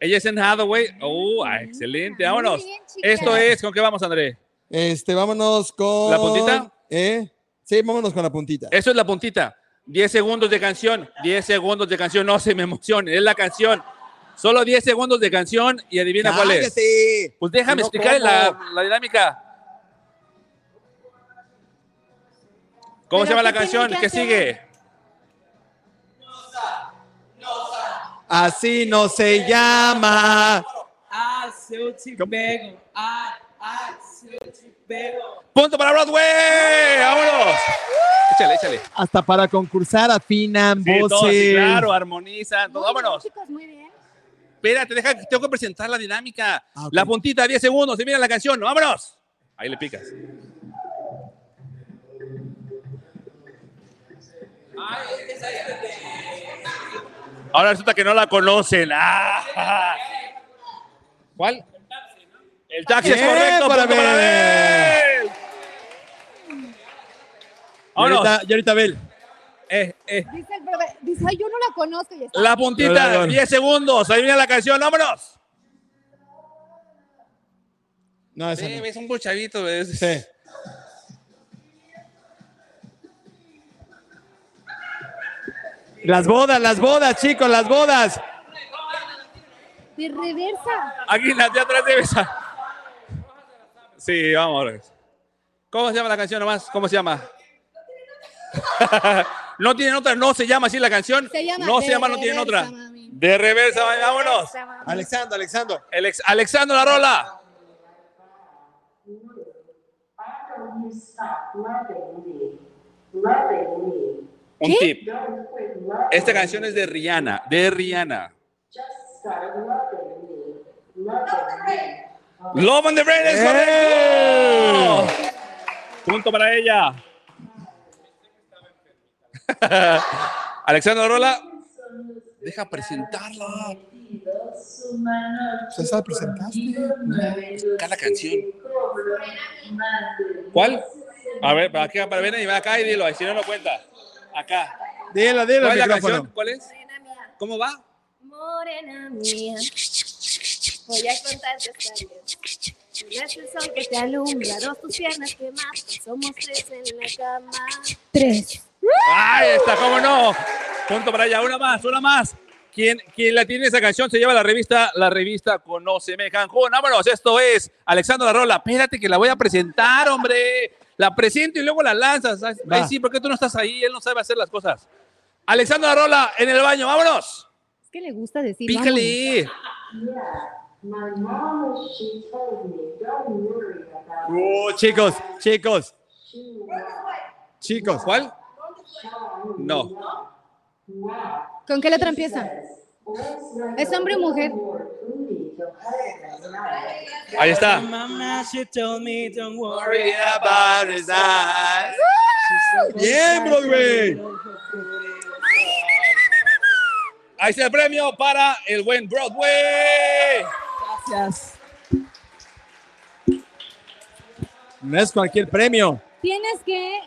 Speaker 1: Ella es en Hathaway. Oh, ah, excelente, vámonos.
Speaker 2: Muy bien, chicas.
Speaker 1: Esto es, ¿con qué vamos, André?
Speaker 3: Este, vámonos con.
Speaker 1: ¿La puntita?
Speaker 3: ¿Eh? Sí, vámonos con la puntita.
Speaker 1: Eso es la puntita. 10 segundos de canción, 10 segundos de canción, no se me emocionen, es la canción. Solo 10 segundos de canción y adivina cuál es.
Speaker 3: Cállate.
Speaker 1: Pues déjame
Speaker 3: No,
Speaker 1: explicar
Speaker 3: ¿cómo?
Speaker 1: la, la dinámica. ¿Cómo
Speaker 2: ¿Pero
Speaker 1: se llama la
Speaker 2: qué
Speaker 1: canción?
Speaker 2: tiene que
Speaker 1: ¿Qué
Speaker 2: hacer?
Speaker 1: sigue?
Speaker 3: Así no se llama.
Speaker 7: Ah, seu te pego. Ah, ah, se eu te pego.
Speaker 1: ¡Punto para Broadway! ¡Vámonos! Échale, échale.
Speaker 3: Hasta para concursar afinan
Speaker 1: Sí,
Speaker 3: voces.
Speaker 1: todo así, claro, armoniza. todo.
Speaker 2: Muy bien,
Speaker 1: Vámonos.
Speaker 2: chicos, muy bien.
Speaker 1: Espérate, deja, tengo que presentar la dinámica.
Speaker 3: Ah, ok.
Speaker 1: La puntita, 10 segundos, se viene la canción. ¡Vámonos! Ahí le picas. Ahora resulta que no la conocen. ¡Ah! ¿Cuál? El taxi es
Speaker 3: Bien,
Speaker 1: correcto.
Speaker 3: para
Speaker 1: punto para
Speaker 3: Abel.
Speaker 1: Abel. Vámonos.
Speaker 3: Y ahorita Bel.
Speaker 1: Eh, eh.
Speaker 2: Dice el profe, dice, ay, yo no la conozco y está.
Speaker 1: La
Speaker 3: Dale,
Speaker 1: puntita,
Speaker 3: dale.
Speaker 1: 10 segundos. Ahí viene la canción, vámonos.
Speaker 3: No, esa no.
Speaker 1: un chavito.
Speaker 3: Sí. Las bodas, las bodas, chicos, las bodas.
Speaker 2: De reversa.
Speaker 1: Aquí la tía atrás de besa. Sí, vamos. ¿Cómo se llama la canción nomás? ¿Cómo se llama? [laughs] no tienen otra, no se llama así la canción.
Speaker 2: Se llama
Speaker 1: no
Speaker 2: De
Speaker 1: se llama, no tienen
Speaker 2: Reversa,
Speaker 1: otra.
Speaker 2: mami.
Speaker 1: De reversa, mami, vámonos.
Speaker 2: Reversa, mami.
Speaker 3: Alexandro, Alexandro.
Speaker 1: El ex- Alexandro La Rola.
Speaker 8: How do you stop loving me? Loving me.
Speaker 1: Un tip.
Speaker 8: Don't quit loving
Speaker 1: Esta canción es de Rihanna. De Rihanna.
Speaker 8: Just start loving me. Loving me.
Speaker 1: Love on the Brain es correcto. ¡Eh! Punto para [laughs] ella. Alexandra Rola. Deja presentarla.
Speaker 3: ¿Ya la presentaste?
Speaker 1: Acá la canción. ¿Cuál? A ver, para acá, para ven y va acá y dilo, si no, no cuenta. Acá.
Speaker 3: Dila, dila
Speaker 1: ¿Cuál es la
Speaker 3: el
Speaker 1: canción?
Speaker 3: micrófono.
Speaker 1: ¿Cuál es?
Speaker 2: Morena mía,
Speaker 1: ¿Cómo va?
Speaker 2: morena mía. Voy a contarte esta vez. Miras el sol que te alumbra, dos tus piernas que matan. Somos tres en la cama. Tres.
Speaker 1: Ahí está, cómo no. Punto para ella, una más, una más. Quien, quien la tiene esa canción se lleva la revista, la revista Conóceme Cancún. Vámonos, esto es Alexandra Rola. Espérate que la voy a presentar, hombre. La presento y luego la lanzas. Ay,
Speaker 3: Va.
Speaker 1: sí, ¿por qué tú no estás ahí? Él no sabe hacer las cosas. Alexandra Rola en el baño, vámonos.
Speaker 2: Es que le gusta decir. vámonos.
Speaker 1: Pícale.
Speaker 8: My mama, she told me, don't worry about it.
Speaker 3: Uh, chicos, chicos,
Speaker 8: She will
Speaker 3: chicos.
Speaker 1: ¿Cuál?
Speaker 8: show you
Speaker 1: No.
Speaker 8: now.
Speaker 2: ¿Con qué letra empieza?
Speaker 8: Let's not
Speaker 2: ¿Es hombre o mujer?
Speaker 8: more foodie, you'll have a night.
Speaker 1: Ahí está.
Speaker 7: Mama, she told me don't worry.
Speaker 3: Bien, Broadway.
Speaker 1: Ahí está el premio para el buen Broadway.
Speaker 6: Gracias.
Speaker 3: No es cualquier premio.
Speaker 2: Tienes que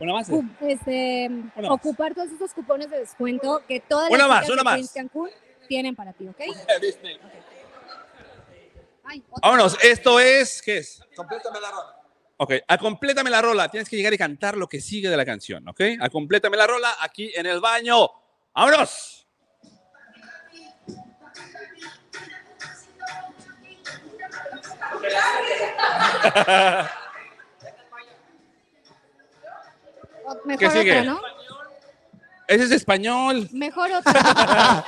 Speaker 1: Una más.
Speaker 2: cu- este,
Speaker 1: Una más.
Speaker 2: ocupar todos esos cupones de descuento que todas las
Speaker 1: Una más,
Speaker 2: chicas de
Speaker 1: una
Speaker 2: Queens
Speaker 1: más.
Speaker 2: Cancún tienen para ti, ¿ok? Ay, otra.
Speaker 1: Vámonos, esto es. ¿Qué es? Ok, a Complétame la Rola. Tienes que llegar y cantar lo que sigue de la canción, ¿ok? A Complétame la Rola aquí en el baño. ¡Vámonos!
Speaker 2: O Mejor
Speaker 1: ¿Qué sigue?
Speaker 2: otra, ¿no?
Speaker 1: Ese es español.
Speaker 2: Mejor
Speaker 1: [laughs]
Speaker 2: otra.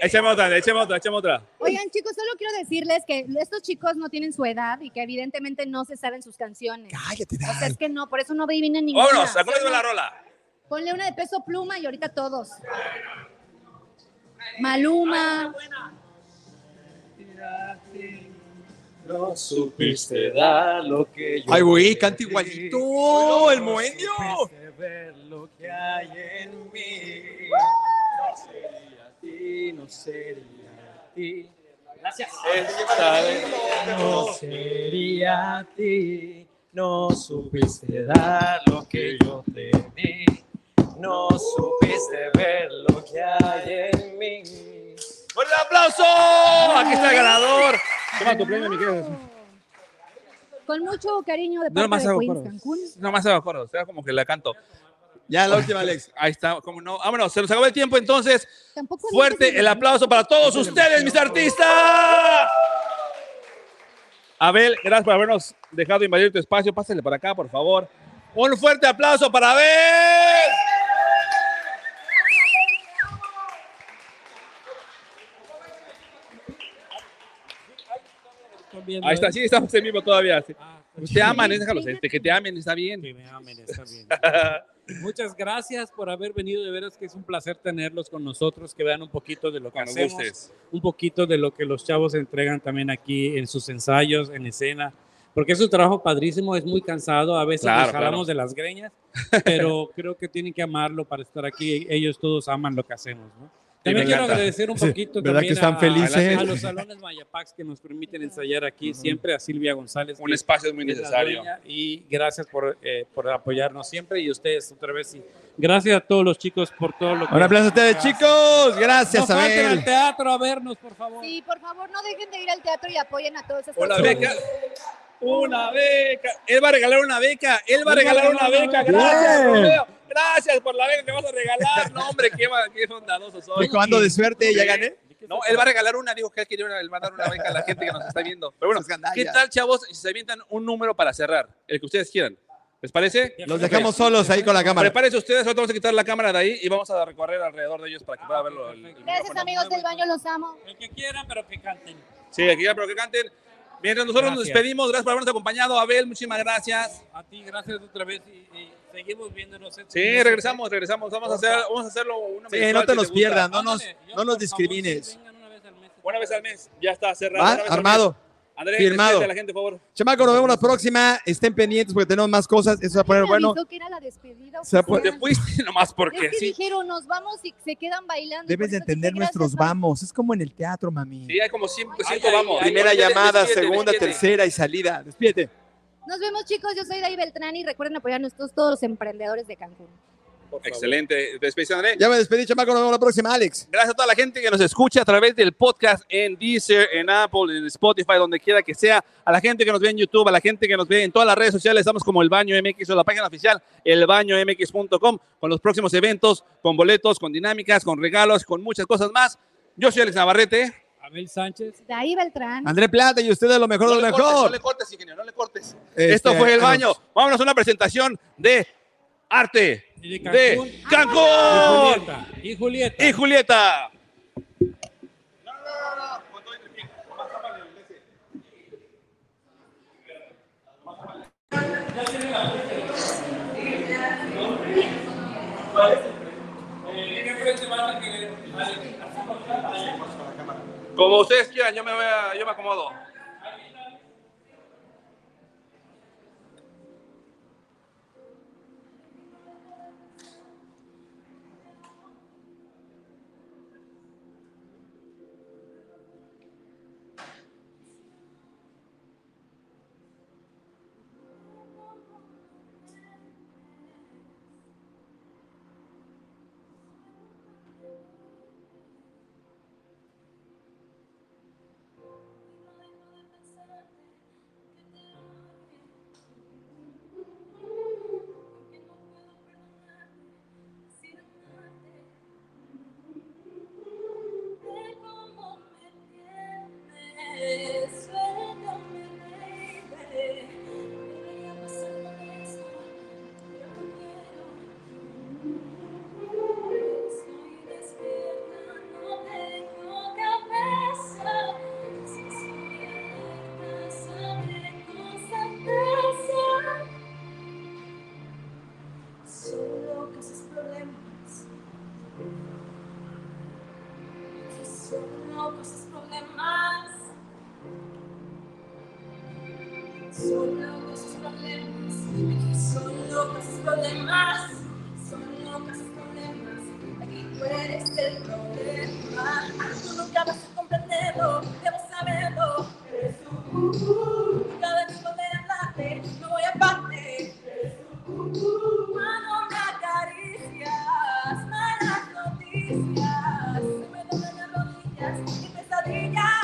Speaker 1: Échame otra, échame otra, échame otra.
Speaker 2: Oigan, chicos, solo quiero decirles que estos chicos no tienen su edad y que evidentemente no se saben sus canciones.
Speaker 3: Cállate,
Speaker 2: O sea,
Speaker 3: Dan.
Speaker 2: es que no, por eso no adivinen ninguna.
Speaker 1: Vámonos, acuérdate de la rola.
Speaker 2: Ponle una de peso pluma y ahorita todos. Maluma.
Speaker 9: No supiste dar lo que yo.
Speaker 3: Ay, güey,
Speaker 9: te
Speaker 3: canta
Speaker 9: di.
Speaker 3: igualito, el
Speaker 9: No
Speaker 3: moenio.
Speaker 9: supiste ver lo que hay en mí. No sería a ti, no sería a ti. Gracias. no sería a ti. No supiste dar lo que yo te di. No supiste ver lo que hay en mí.
Speaker 1: ¡Fuerte el aplauso! Aquí está el ganador. Toma tu premio, mi querido.
Speaker 2: Con mucho cariño de
Speaker 1: No
Speaker 2: parte
Speaker 1: más
Speaker 2: de
Speaker 1: hago
Speaker 2: Queens
Speaker 1: coros.
Speaker 2: Cancún.
Speaker 1: No más hago coros, era como que la canto.
Speaker 3: Ya, la última, Alex.
Speaker 1: Ahí está, como no. Vámonos, se nos acabó el tiempo entonces.
Speaker 2: Tampoco
Speaker 1: Fuerte el aplauso para todos ustedes, mis artistas. Abel, gracias por habernos dejado invadir tu espacio. Pásale para acá, por favor. Un fuerte aplauso para Abel.
Speaker 5: Estoy viendo
Speaker 1: Ahí está, sí, estamos en vivo todavía. sí. Pues
Speaker 5: Ah,
Speaker 1: Te aman, déjalos, este, que te amen, está bien.
Speaker 5: que me amen,
Speaker 1: [laughs]
Speaker 5: está bien. Muchas gracias por haber venido, de veras que es un placer tenerlos con nosotros, que vean un poquito de lo que
Speaker 1: Cuando
Speaker 5: hacemos,
Speaker 1: gustes.
Speaker 5: un poquito de lo que los chavos entregan también aquí en sus ensayos, en escena, porque es un trabajo padrísimo, es muy cansado, a veces
Speaker 1: Claro,
Speaker 5: nos jalamos de
Speaker 1: [laughs]
Speaker 5: las greñas, pero creo que tienen que amarlo para estar aquí, ellos todos aman lo que hacemos, ¿no? También
Speaker 1: me
Speaker 5: quiero
Speaker 1: encanta.
Speaker 5: agradecer un
Speaker 3: Sí,
Speaker 5: poquito
Speaker 3: ¿verdad
Speaker 5: también
Speaker 3: que están
Speaker 5: a,
Speaker 3: felices?
Speaker 5: a los salones Mayapax que nos permiten ensayar aquí siempre, a Silvia González.
Speaker 1: Un
Speaker 5: que-
Speaker 1: espacio es muy
Speaker 5: es la
Speaker 1: necesario.
Speaker 5: dueña, Y gracias por, eh, por apoyarnos siempre y ustedes otra vez. Y gracias a todos los chicos por todo lo que.
Speaker 3: Un aplauso a ustedes, chicos. Gracias,
Speaker 5: no falten al
Speaker 3: Abel.
Speaker 5: teatro a vernos, por favor.
Speaker 2: Sí, por favor, no dejen de ir al teatro y apoyen a todos estos
Speaker 1: Una
Speaker 2: chicos.
Speaker 1: beca. Una beca. Él va a regalar una beca. Él va a regalar una beca. Gracias, Romeo. Gracias por la beca que vas a regalar. No, hombre, qué, va- qué bondadoso soy.
Speaker 3: Estoy comando de suerte, ya gané.
Speaker 1: No, él va a regalar una. Dijo que él quería una. Él va a dar una beca a la gente que nos está viendo. Pero bueno,
Speaker 3: Esas gandallas.
Speaker 1: ¿qué tal, chavos? Si se avientan un número para cerrar, el que ustedes quieran. ¿Les parece?
Speaker 3: Los dejamos solos ahí con la cámara.
Speaker 1: Prepárense ustedes, ahorita vamos a quitar la cámara de ahí y vamos a recorrer alrededor de ellos para que puedan verlo. el- el
Speaker 2: Gracias,
Speaker 1: micrófono.
Speaker 2: amigos del baño, los amo.
Speaker 5: El que quieran, pero que canten.
Speaker 1: Sí, aquí ya, pero que canten. Mientras nosotros nos
Speaker 5: Gracias.
Speaker 1: despedimos, gracias por habernos acompañado. Abel, muchísimas gracias.
Speaker 5: A ti, gracias otra vez y, y seguimos viéndonos. Este, estos
Speaker 1: Sí,
Speaker 5: meses.
Speaker 1: regresamos, regresamos. Vamos a, hacer, vamos a hacerlo una
Speaker 3: Sí,
Speaker 1: mensual,
Speaker 3: no te
Speaker 1: si
Speaker 3: nos
Speaker 1: gusta.
Speaker 5: este,
Speaker 3: pierdas, no nos,
Speaker 5: Ándale, yo,
Speaker 3: no nos
Speaker 5: por favor, sí,
Speaker 3: discrimines.
Speaker 5: vengan una vez al mes.
Speaker 1: Una vez al mes, ya está cerrado.
Speaker 3: ¿Va?
Speaker 1: Una vez al
Speaker 3: Armado.
Speaker 1: mes. Andrés,
Speaker 3: Firmado.
Speaker 1: despídete a la gente, por favor.
Speaker 3: Chamaco, nos vemos la próxima. Estén pendientes porque tenemos más cosas. Eso va a poner
Speaker 2: Me
Speaker 3: bueno.
Speaker 2: avisó que era la despedida
Speaker 3: Se ha
Speaker 2: oficial.
Speaker 1: Te fuiste [laughs] nomás porque
Speaker 2: Es que
Speaker 1: sí.
Speaker 2: dijeron, nos vamos y se quedan bailando.
Speaker 3: Debes de entender nuestros
Speaker 2: vamos.
Speaker 3: vamos. Es como en el teatro, mami.
Speaker 1: Sí, hay como cinco,
Speaker 5: Ay,
Speaker 1: cinco
Speaker 5: ay,
Speaker 1: vamos.
Speaker 5: ay,
Speaker 3: Primera
Speaker 1: Ay,
Speaker 3: llamada,
Speaker 1: despídete,
Speaker 3: segunda,
Speaker 1: despídete.
Speaker 3: tercera y salida. Despídete.
Speaker 2: Nos vemos, chicos. Yo soy Dai Beltrán y recuerden apoyarnos todos, todos los emprendedores de Cancún.
Speaker 1: Excelente. Despediste, Andrés.
Speaker 3: Ya me despedí, chamaco. Nos vemos la próxima, Alex.
Speaker 1: Gracias a toda la gente que nos escucha a través del podcast en Deezer, en Apple, en Spotify, donde quiera que sea. A la gente que nos ve en YouTube, a la gente que nos ve en todas las redes sociales. Estamos como El Baño MX o la página oficial elbañomx.com con los próximos eventos, con boletos, con dinámicas, con regalos, con muchas cosas más. Yo soy Alex Navarrete.
Speaker 5: Abel Sánchez.
Speaker 2: Dai Beltrán.
Speaker 3: André Plata y ustedes lo mejor de lo
Speaker 1: cortes, no le
Speaker 3: mejor.
Speaker 1: cortes, ingeniero, no le cortes.
Speaker 3: Este,
Speaker 1: Esto fue El Baño. Vámonos a una presentación de arte
Speaker 5: Y de Cancún.
Speaker 1: de Cancún
Speaker 5: Y Julieta.
Speaker 1: y
Speaker 5: Y Julieta.
Speaker 1: Julieta. Como ustedes quieran, yo me, voy a- yo me acomodo.
Speaker 8: Thank todos sus problemas. Son locos sus problemas. Aquí son locos sus problemas. Son locos sus problemas. Aquí tú eres el problema. Tú nunca vas a comprenderlo. Debes saberlo. Eres tú. Cada vez que me hablaste, no voy a parte. Cuando me acaricias, malas noticias. Se me doblan las rodillas y pesadillas.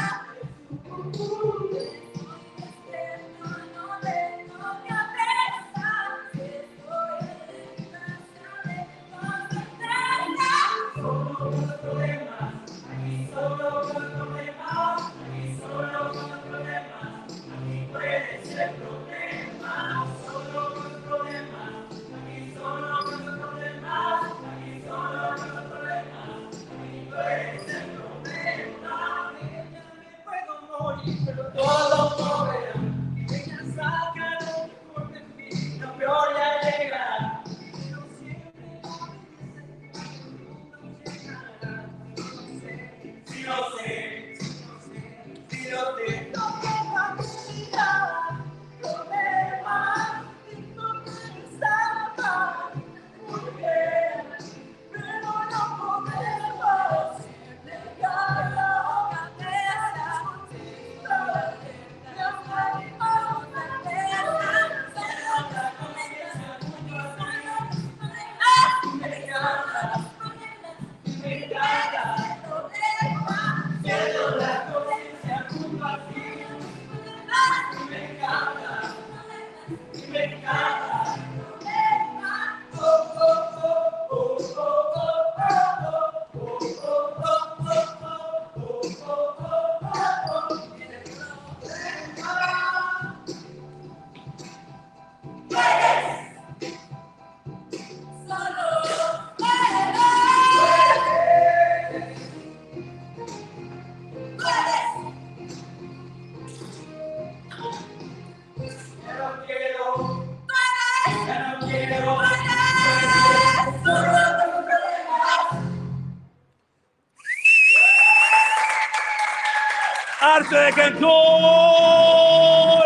Speaker 10: Arte de Cancún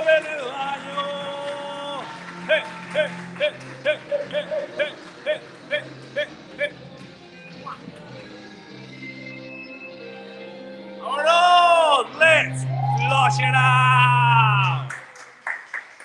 Speaker 10: en el baño. Eh, eh, eh, eh, eh, eh, eh, eh, eh, eh. ¡Vámonos! ¡Let's flush it out!